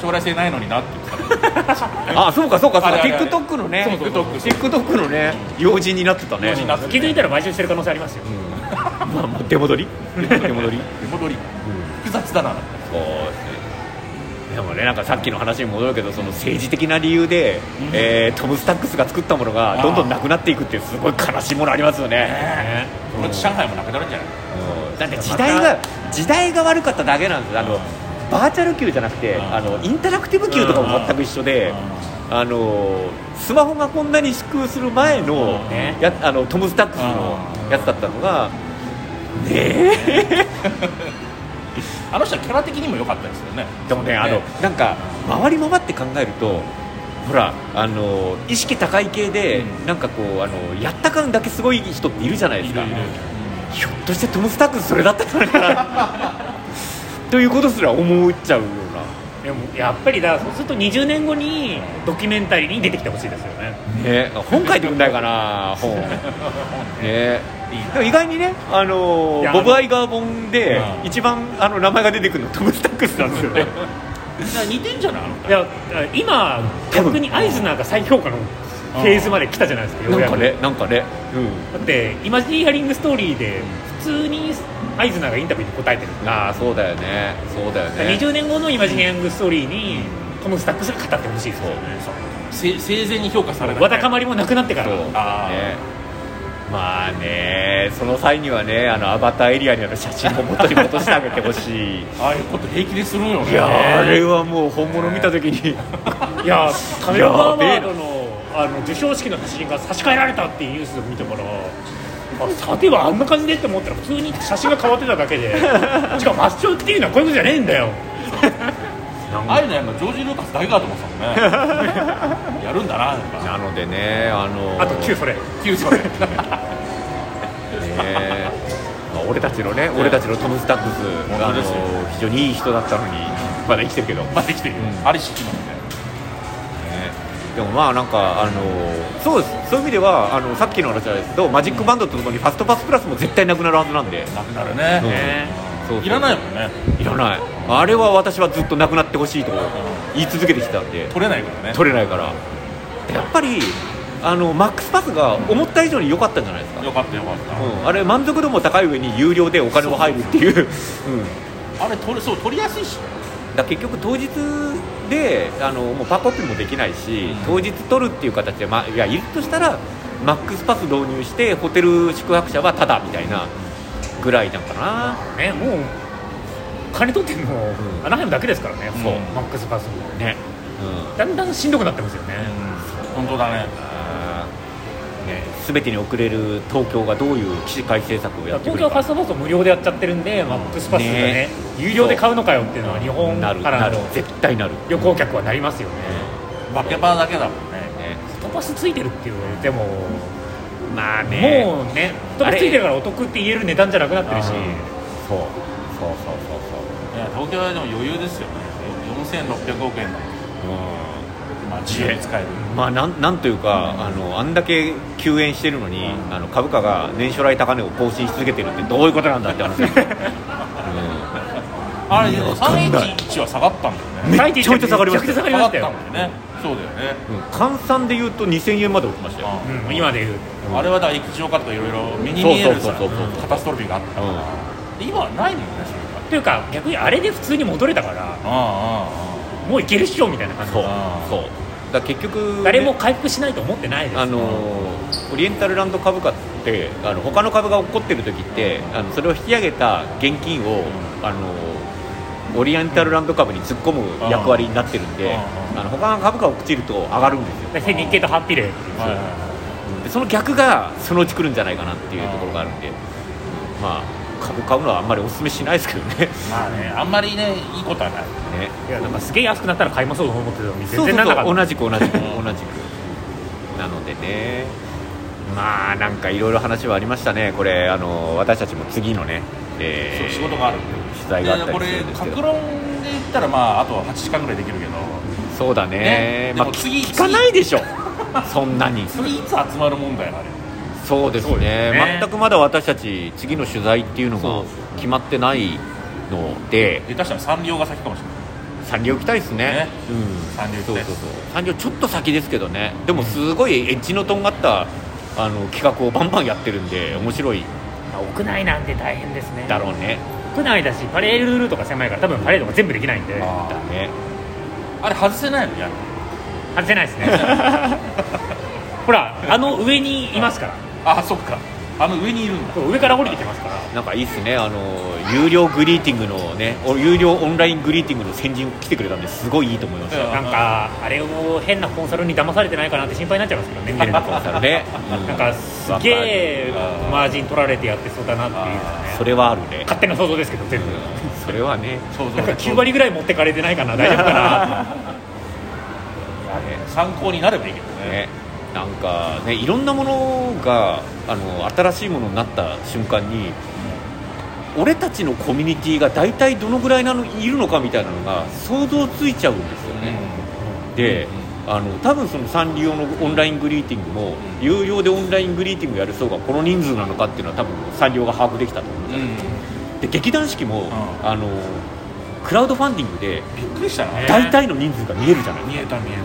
B: 将来性ないのになって言ってた
A: あそうかそうかそうか
B: あれあれ
A: TikTok のね
B: そうそうそう
A: TikTok のね用心になってたね
B: 用心になって
C: 気づいたら買収してる可能性ありますよ、
A: まあまあ出戻り出戻り
B: 戻り複雑だな
A: そうですねでもねなんかさっきの話に戻るけどその政治的な理由で、
B: うん
A: えートム・スタックスが作ったものがどんどんなくなっていくっていうすごい悲しいものありますよね、
C: ね
B: これ上海もなくなるんじゃない
A: だって時代が時代が悪かっただけなんですあのバーチャル級じゃなくて、
B: うん
A: あのインタラクティブ級とかも全く一緒で、あのスマホがこんなに支給する前の,、
B: うん
C: ね
A: やあのトム・スタックスのやつだったのが、ね
B: *laughs*
A: え
B: あの人はキャラ的にも良かったですよね
A: でもねあのなんか回り回って考えるとほらあの意識高い系で、
B: うん
A: なんかこうあのやった感だけすごい人っているじゃないで
B: い
A: す
B: る
A: か
B: いる
A: ひょっとしてトム・スタックスそれだったのかな *laughs* ということすら思っちゃうような。
C: でもやっぱりだそうすると20年後にドキュメンタリーに出てきてほしいですよ
A: *laughs*
C: ね
A: ね、本書いてくんないかな、本。ね、
B: いいな
A: でも意外にね、あの
C: いや
A: ーボブ・アイガー本で
B: うん
A: 一番あの名前が出てくるのトム・スタックスなんですよね。
B: だから似てんじゃないあの二人
C: いや今
A: 多分
C: 逆にアイズナーが再評価のフェーズまで来たじゃないですかよ
A: な
C: うんや
A: か
C: く
A: ね、なんかね、
C: だってイマジニアリングストーリーで普通にアイズナーがインタビューに答えてる
A: うん、ああ、そうだよね、そうだよね。
C: 20年後のイマジニアリングストーリーにトム・スタックスが語ってほしいですよね
B: せ生前に評価されない
C: わだかまりもなくなってか
A: そう
C: ら
B: あー
A: ねまあね、その際にはね、あのアバターエリアにある写真も元に戻してあげてほしい。
B: ああいうこと平気でするんよね
A: いやー、あれはもう本物見たときに、
C: いやカメラマンワー
A: や
C: ドのあの授賞式の写真が差し替えられたっていうニュースを見てからあさてはあんな感じでって思ったら普通に写真が変わってただけ
A: *laughs*
C: でしかも抹消っていうのはこういうことじゃねえんだよ
B: ああいうのやるのジョージ・ルーカスだけかと思ってたもん
A: *laughs*
B: ねやるんだなやっぱ
A: なのでね、あのー
C: あと9それ
B: 急所で
A: ねまあ、俺たちのね、俺たちのトム・スタックスが、あ
B: 本当
A: の
B: ですよ
A: 非常にいい人だったのに、まだ生きてるけど、ね、
B: まできてる
A: うん
B: あれ式なので
A: でもまあ、なんか、あのそうです、そういう意味では、あのさっきの話じゃないですけど、マジックバンドとともに、ファストパスプラスも絶対なくなるはずなんで、
B: なくなるね
C: ね
A: そうそう
B: いらないもんね
A: いらない、あれは私はずっとなくなってほしいと言い続けてきたんで、
B: 取れないからね
A: 取れないから、やっぱり、あのマックスパスが思った以上に良かったんじゃないですか。
B: よかったよかっ
A: うん、あれ満足度も高い上に有料でお金も入るっていう、うん、
B: たあれ取れそう取りやすいし
A: だから結局当日であのもうパーコピーもできないし、
B: うん
A: 当日取るっていう形で、まあ、いやいるとしたらマックスパス導入してホテル宿泊者はタダみたいなぐらいなんかな、
C: ねもう金取ってんの
A: ん
C: アナハイムだけですからね、
B: そう
C: マックスパスも
A: ね
C: だんだんしんどくなってますよね、
B: 本当だね
A: うんね全てに遅れる東京がどういう起死回生策をや
C: だ
A: っ
C: から
A: てくる
C: 東京ファ
A: か
C: ストパスを無料でやっちゃってるんで、マックスパスがね
A: ね
C: 有料で買うのかよっていうのは日本
A: な
C: か
A: るな
C: ら
A: る
C: の
A: 絶対なる、
C: 旅行客はなりますよね
B: バケバーだけだもんね
A: ね、
C: ファストパスついてるっていうでも
A: まあね
C: もうねファストパスついてるからお得って言える値段じゃなくなってるし
B: あ
A: そうそうそうそ
B: いや東京はでも余裕ですよね4600億円の、
A: うそう、うん
B: まあ、自由に使える
A: まあ、なんなんというか、あのあんだけ休園してるのに、あの株価が年初来高値を更新し続けてるってどういうことなんだって
B: *laughs*
A: 話、うん、
B: あれ
A: わかんない
B: 311は下がったんだよね
A: めっちゃめちゃ下がりました
C: めちゃくちゃ下がりました
B: 下
C: よ
B: がったんだよねそうだよね、
A: うん換算で言うと2000円まで落ちましたよ、
C: うん、今で言う
B: うんあれはだから液状化とかいろいろ目に見える
A: そう
B: さ
A: そうそうそう
B: カタストロフィーがあったから、で今はないもんねそれが
C: というか逆にあれで普通に戻れたから
B: あ
C: もういけるっしょみたいな感じ
A: そう
B: あー
A: そうだから結局ね、
C: 誰も回復しないと思ってないです
A: あのーオリエンタルランド株価ってあの他の株が起こってる時ってあのそれを引き上げた現金を、あのーオリエンタルランド株に突っ込む役割になってるんで、
B: う
A: あの他の株価が落ちると上がるんですよ
C: だから日経とハッピーレー
B: あああはいはいは
A: でその逆がそのうち来るんじゃないかなっていうところがあるんで、まあ、株買うのはあんまりお勧めしないですけどね。
B: いまあねあんまりねいいことはない
A: ね
C: いやなんかすげえ安くなったら買いましょうと思ってたのに
A: そうそう
C: 全然なんなか
A: そ
C: っ
A: う
C: た
A: 同じく同じく同じく
B: うん
A: なのでねまあなんかいろいろ話はありましたねこれあの私たちも次のね、えー
B: そう仕事があるんで
A: 取材があった
B: こ
A: り
B: れ
A: するんですけ
B: 格
A: ど
B: 論で言ったらまああと8時間ぐらいできるけど
A: そうだね
B: ね
A: まあ
B: でも次
A: 聞かないでしょそんなに
B: それいつ集まる問題なのよ
A: そうです
C: そう
A: ね
B: ですね
A: 全くまだ私たち次の取材っていうの
C: そ
A: が
C: うそ
A: 決まってないので
B: 下手したら三両が先かもしれない
A: サンリオ行きたいですね
B: ね
A: うん、
B: サンリオ行き
A: そう
B: た
A: そ
B: いう
A: そうサンリオちょっと先ですけどねでもすごいエッジのとんがったあの企画をバンバンやってるんで面白い
C: 屋内なんて大変ですね
A: だろうね
C: 屋内だしパレードルートが狭いから多分パレードが全部できないんで
A: だ
B: あ
A: ね
B: ーあれ外せないのやる
C: 外せない *laughs* ですねほらあの上にいますから
B: あそっかあの上にいるんだ
C: そう上から降りてきてますから
A: なんかいいっすねあの有料グリーティングのねお有料オンライングリーティングの先人来てくれたんですごいいいと思いました
C: なんかあれを変なコンサルに騙されてないかなって心配になっちゃいますけどね見て
A: 変
C: る
A: な
C: と
A: コンサル *laughs* ね、うん
C: *laughs* なんかすげえ
B: わかる
C: マージン取られてやってそうだなっていうね
A: それはあるね、
C: 勝手な想像ですけど全部
A: うんそれはね
B: そうそ
C: な
B: うん
C: か9割ぐらい持ってかれてないかな大丈夫かな
B: 参考になればいいけどね
A: ね、なんかねいろんなものがあの新しいものになった瞬間に俺たちのコミュニティが大体どのぐらいなのいるのかみたいなのが想像ついちゃうんですよね、で、あの多分そのサンリオのオンライングリーティングも、
B: うん
A: 有料でオンライングリーティングやる層がこの人数なのかっていうのは多分サンリオが把握できたと思うん
B: う
A: だ
B: ん、う
A: よ、
B: ん、
A: で劇団四季も、
B: ん
A: あのクラウドファンディングで
B: びっくりしたな、
C: ね
A: 大体の人数が見えるじゃない
B: 見えた見え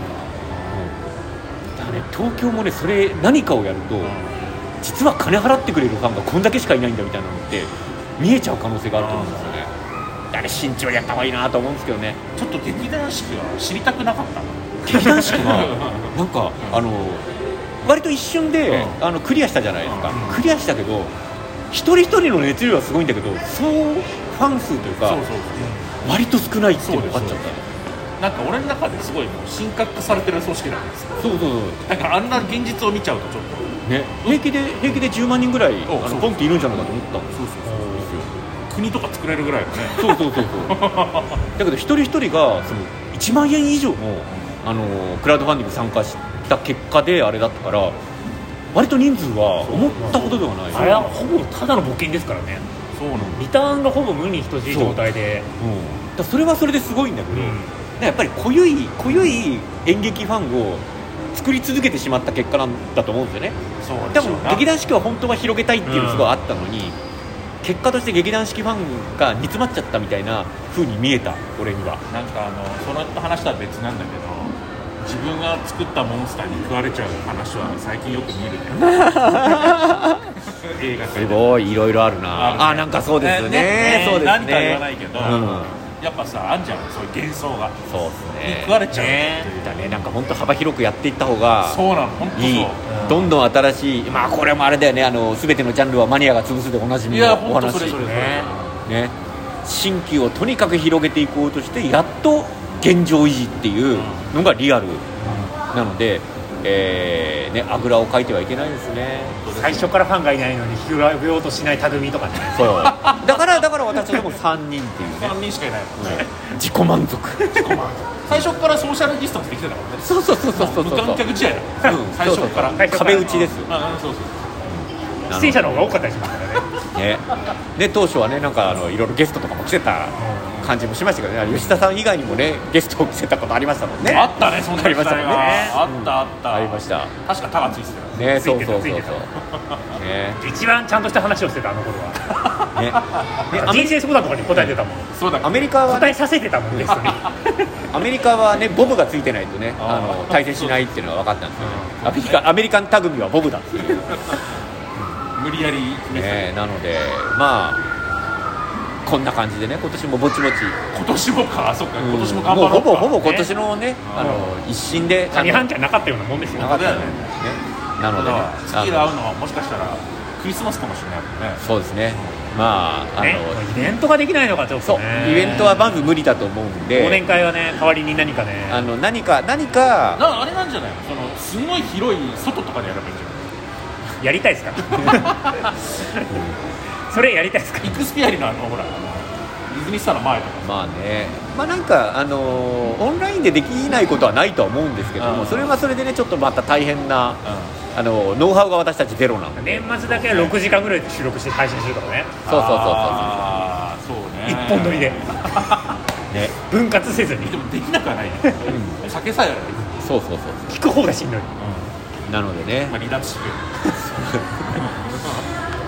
A: だからね東京もねそれ何かをやると、
B: た、
A: 実は金払ってくれるファンがこんだけしかいないんだみたいなのって見えちゃう可能性があると思うんですよねあれ慎重にやった方がいいなと思うんですけどね
B: ちょっと劇団四季は知りたくなかったの
A: *laughs* 劇団四季 *laughs* はなんかあの割と一瞬で、
B: う
A: あのクリアしたじゃないですか、
B: うん
A: クリアしたけど一人一人の熱量はすごいんだけど総ファン数というか
B: そうそうそ
A: 割と少ないっていうのが分かっちゃっ
B: うなんか俺の中ですごいもう神格化されてる組織なんですよ
A: たそうそうそう
B: なんかあんな現実を見ちゃうとちょっと
A: ね平気で平気で10万人ぐらいあ
B: おそ
A: の
B: う
A: ポンっているんじゃないかと思ったんですよ
B: そうそう国とか作れるぐらいのね
A: そうそうそうそうだけど一人一人がその1万円以上のあのークラウドファンディング参加した結果であれだったから割と人数は思ったほどではない
C: あれはほぼただの募金ですからね
B: そうなん
C: リターンがほぼ無に等しい状態で
A: うん、だからそれはそれですごいんだけど、
C: うん
A: だからやっぱり濃ゆい濃ゆい演劇ファンを作り続けてしまった結果なんだと思うんですよね
B: そう
A: 多
B: でしょう
A: 分
B: な
A: 劇団四季は本当は広げたいっていうのすごいあったのに、結果として劇団四季ファンが煮詰まっちゃったみたいな風に見えた俺には
B: なんかあのその話とは別なんだけど自分が作ったモンスターに食われちゃう話は最近よく
A: *laughs*
B: 見るね映画界
A: す
B: で
A: ごいいろいろあるな
B: あ
A: あ
B: るね
A: なんかそうですよね
B: ねね
A: そうですね
B: 何とは言わないけど
A: うん、
B: やっぱさあんじゃんそういう幻想が
A: そうですね
B: 食われちゃう
A: ね
B: っていう
A: だねなんか本当幅広くやっていった方が
B: そうなの本当そう
A: いい、どんどん新しいまあこれもあれだよねあの全てのジャンルはマニアが潰すでおなじみ
B: い
A: の
B: や
A: お
B: 本当
A: 話
B: それそれそれ、
C: ね
A: ね新規をとにかく広げていこうとしてやっと現状維持っていうのがリアルなので、えーねあぐらをかいてはいけないですね
C: 最初からファンがいないのに広げようとしない匠とかね
A: そうだからだから私はでも3人っていうね
B: 3人しかいないもんね
A: 自己満足
B: 最初からソーシャルディスタンスできてたもんね
A: そうそうそうそうそう
B: 無観客試合だから、
A: うん
B: 最初から
A: そうそうそう壁打ちですよ
B: ああそうそう
A: なの
C: 出演者の方が多かったりしますからね
A: ねね当初はねなんかあのいろいろゲストとかも来てた感じもしましたけどね吉田さん以外にもねゲストを来てたことありましたもんね
B: あったねそんな
A: ありましたもんね
B: あったあった、
A: ありました
B: 確かタがついてたよ
A: ね
C: つい
A: そう
C: てた
A: そうそうそ
C: つ
A: う
C: い
A: ね
C: てた一番ちゃんとした話をしてたあの頃は
A: ねねアメ
C: 人生相談とかに答えてたもん
B: そうだ
A: アメリカは
C: 答
A: ね
C: えさせてたもんで
A: *laughs*
C: すよね
A: アメリカはねボブがついてないとねあ
B: あー
A: の対戦しないっていうのが分かったんですよねアメリカアメリカンタグミはボブだっていう
B: 無理やり決めてた
A: ねなのでまあこんな感じでね今年もぼちぼち
B: 今年もかそっか、
A: うん
B: 今年
A: も
B: も
A: う
B: 頑張ろうか
A: ほぼほぼ今年のねあの一新であの
C: 上半期はなかったようなもんですよ
A: なかったよ
B: ね
A: ねな
B: た
A: のでね
B: だ次会うのはもしかしたらクリスマスかもしれないもんね
A: そうですねまああの、
C: ね、イベントができないのがちょっ
A: そう
C: とね
A: イベントはまず無理だと思うん
C: 忘年
A: で
C: 会はね代わりに何かね
A: あの何か何か
B: なあれなんじゃないのそのすごい広い外とかでやればいいんじゃな
C: やりた
A: *laughs*
C: いですかそれやりたいですか
B: いイクスピアリのあのほらあのディズニースターの前とか
A: まあねまあなんかあのオンラインでできないことはないとは思うんですけども、
B: うん
A: それはそれでねちょっとまた大変なあのノウハウが私たちゼロなので
C: 年末だけは6時間ぐらいで収録して配信するとかね
A: そうそう
B: あーそうね
C: 一本撮りで
A: そ
C: 分割せずに
B: でもできなくはないね
A: うそうそうね、
B: 酒さえあればいい
A: うん、そうそうそう
C: 聞く方がしんどい
B: うん
A: なのでね
B: まあ、離脱してくれ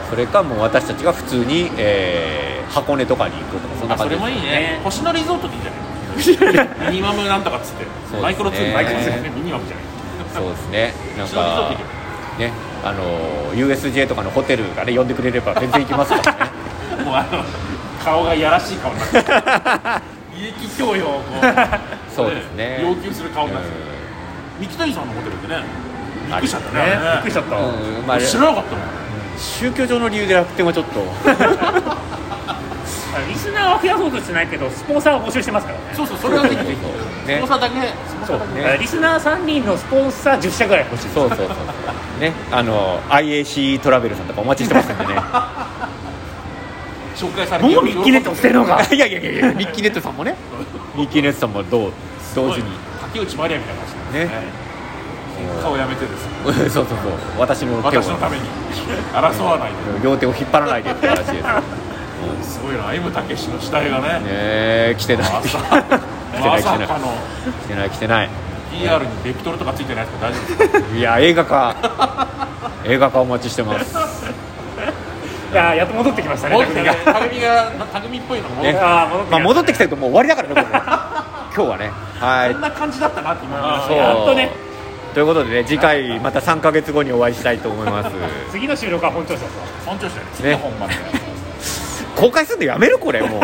A: それかもう私たちが普通に、えー箱根とかに行くとかそんな
B: あ
A: 感じ
B: そ
A: で
B: れ
A: す
B: もいいね
C: ね
B: 星野リゾートでいいんじゃ *laughs* ないミニマムなんとかっつって、
A: すね
B: マイクロツール
A: マイ
C: クロツ
A: ー
B: ねミニマムじゃない
A: そうですねなん
B: 星野リゾート
A: か
B: でいいよ
A: ねあの USJ とかのホテルがね呼んでくれれば全然行きますから *laughs* ね
B: もうあの顔がやらしい顔にな *laughs* ってる利益供与をこう
A: そうです
B: *laughs*
A: ね
B: 要求する顔になってる三木谷さんのホテルってねびっくりしちゃったね
C: ねびっ
B: あ
C: く
B: れ
C: りしちゃった、
A: うんうんまあ
B: 知らなかったもん
A: 宗教上の理由で楽天はちょっと
C: リスナーは増やそうとしてないけどスポンサーを募集してますからね
B: そうそうそれはできてできて
A: ね
B: スポンサーだけ
C: そう
A: ね
C: だからリスナー3人のスポンサー10社ぐらい欲しい
A: そうそうそうねあの IAC トラベルさんとかお待ちしてますんでね
B: 紹介されて
C: もうミッキーネット捨てるのが
A: *laughs* いやいやいやいやミッキーネットさんもねミッキーネットさんもどう同時に
B: 竹内まりやみたいな話
A: ね
B: はい顔やめてです
A: そう *laughs* そうそう私の手を
B: 私のために *laughs* 争わないで
A: 両手を引っ張らないでって話です
B: すごいな M たけしの死体がね
A: ねえ来てない
B: ま
A: 来
B: さ
A: てな
B: ま
A: い来て
B: さ
A: な
B: か
A: い
B: の
A: *laughs* 来てない来てない
B: PR にベクトルとかついてないやつ大丈夫 *laughs* ですか
A: いや映画化 *laughs* 映画化お待ちしてます
C: いやーやっと戻ってきましたね
B: もう一回
C: 匠が
B: 匠 *laughs* が匠っぽいのも
A: ね
C: あー
A: まあ戻って
C: き
A: きたけどもう終わりだからね *laughs* これね今日はねはい
B: こんな感じだったなって今の話
C: そうやっとね
A: ということでね次回また3か月後にお会いしたいと思い *laughs* ます
C: た *laughs* 次の収録は本調査です
B: 尊重してね次の本まで
A: 公開するのやめるこれもう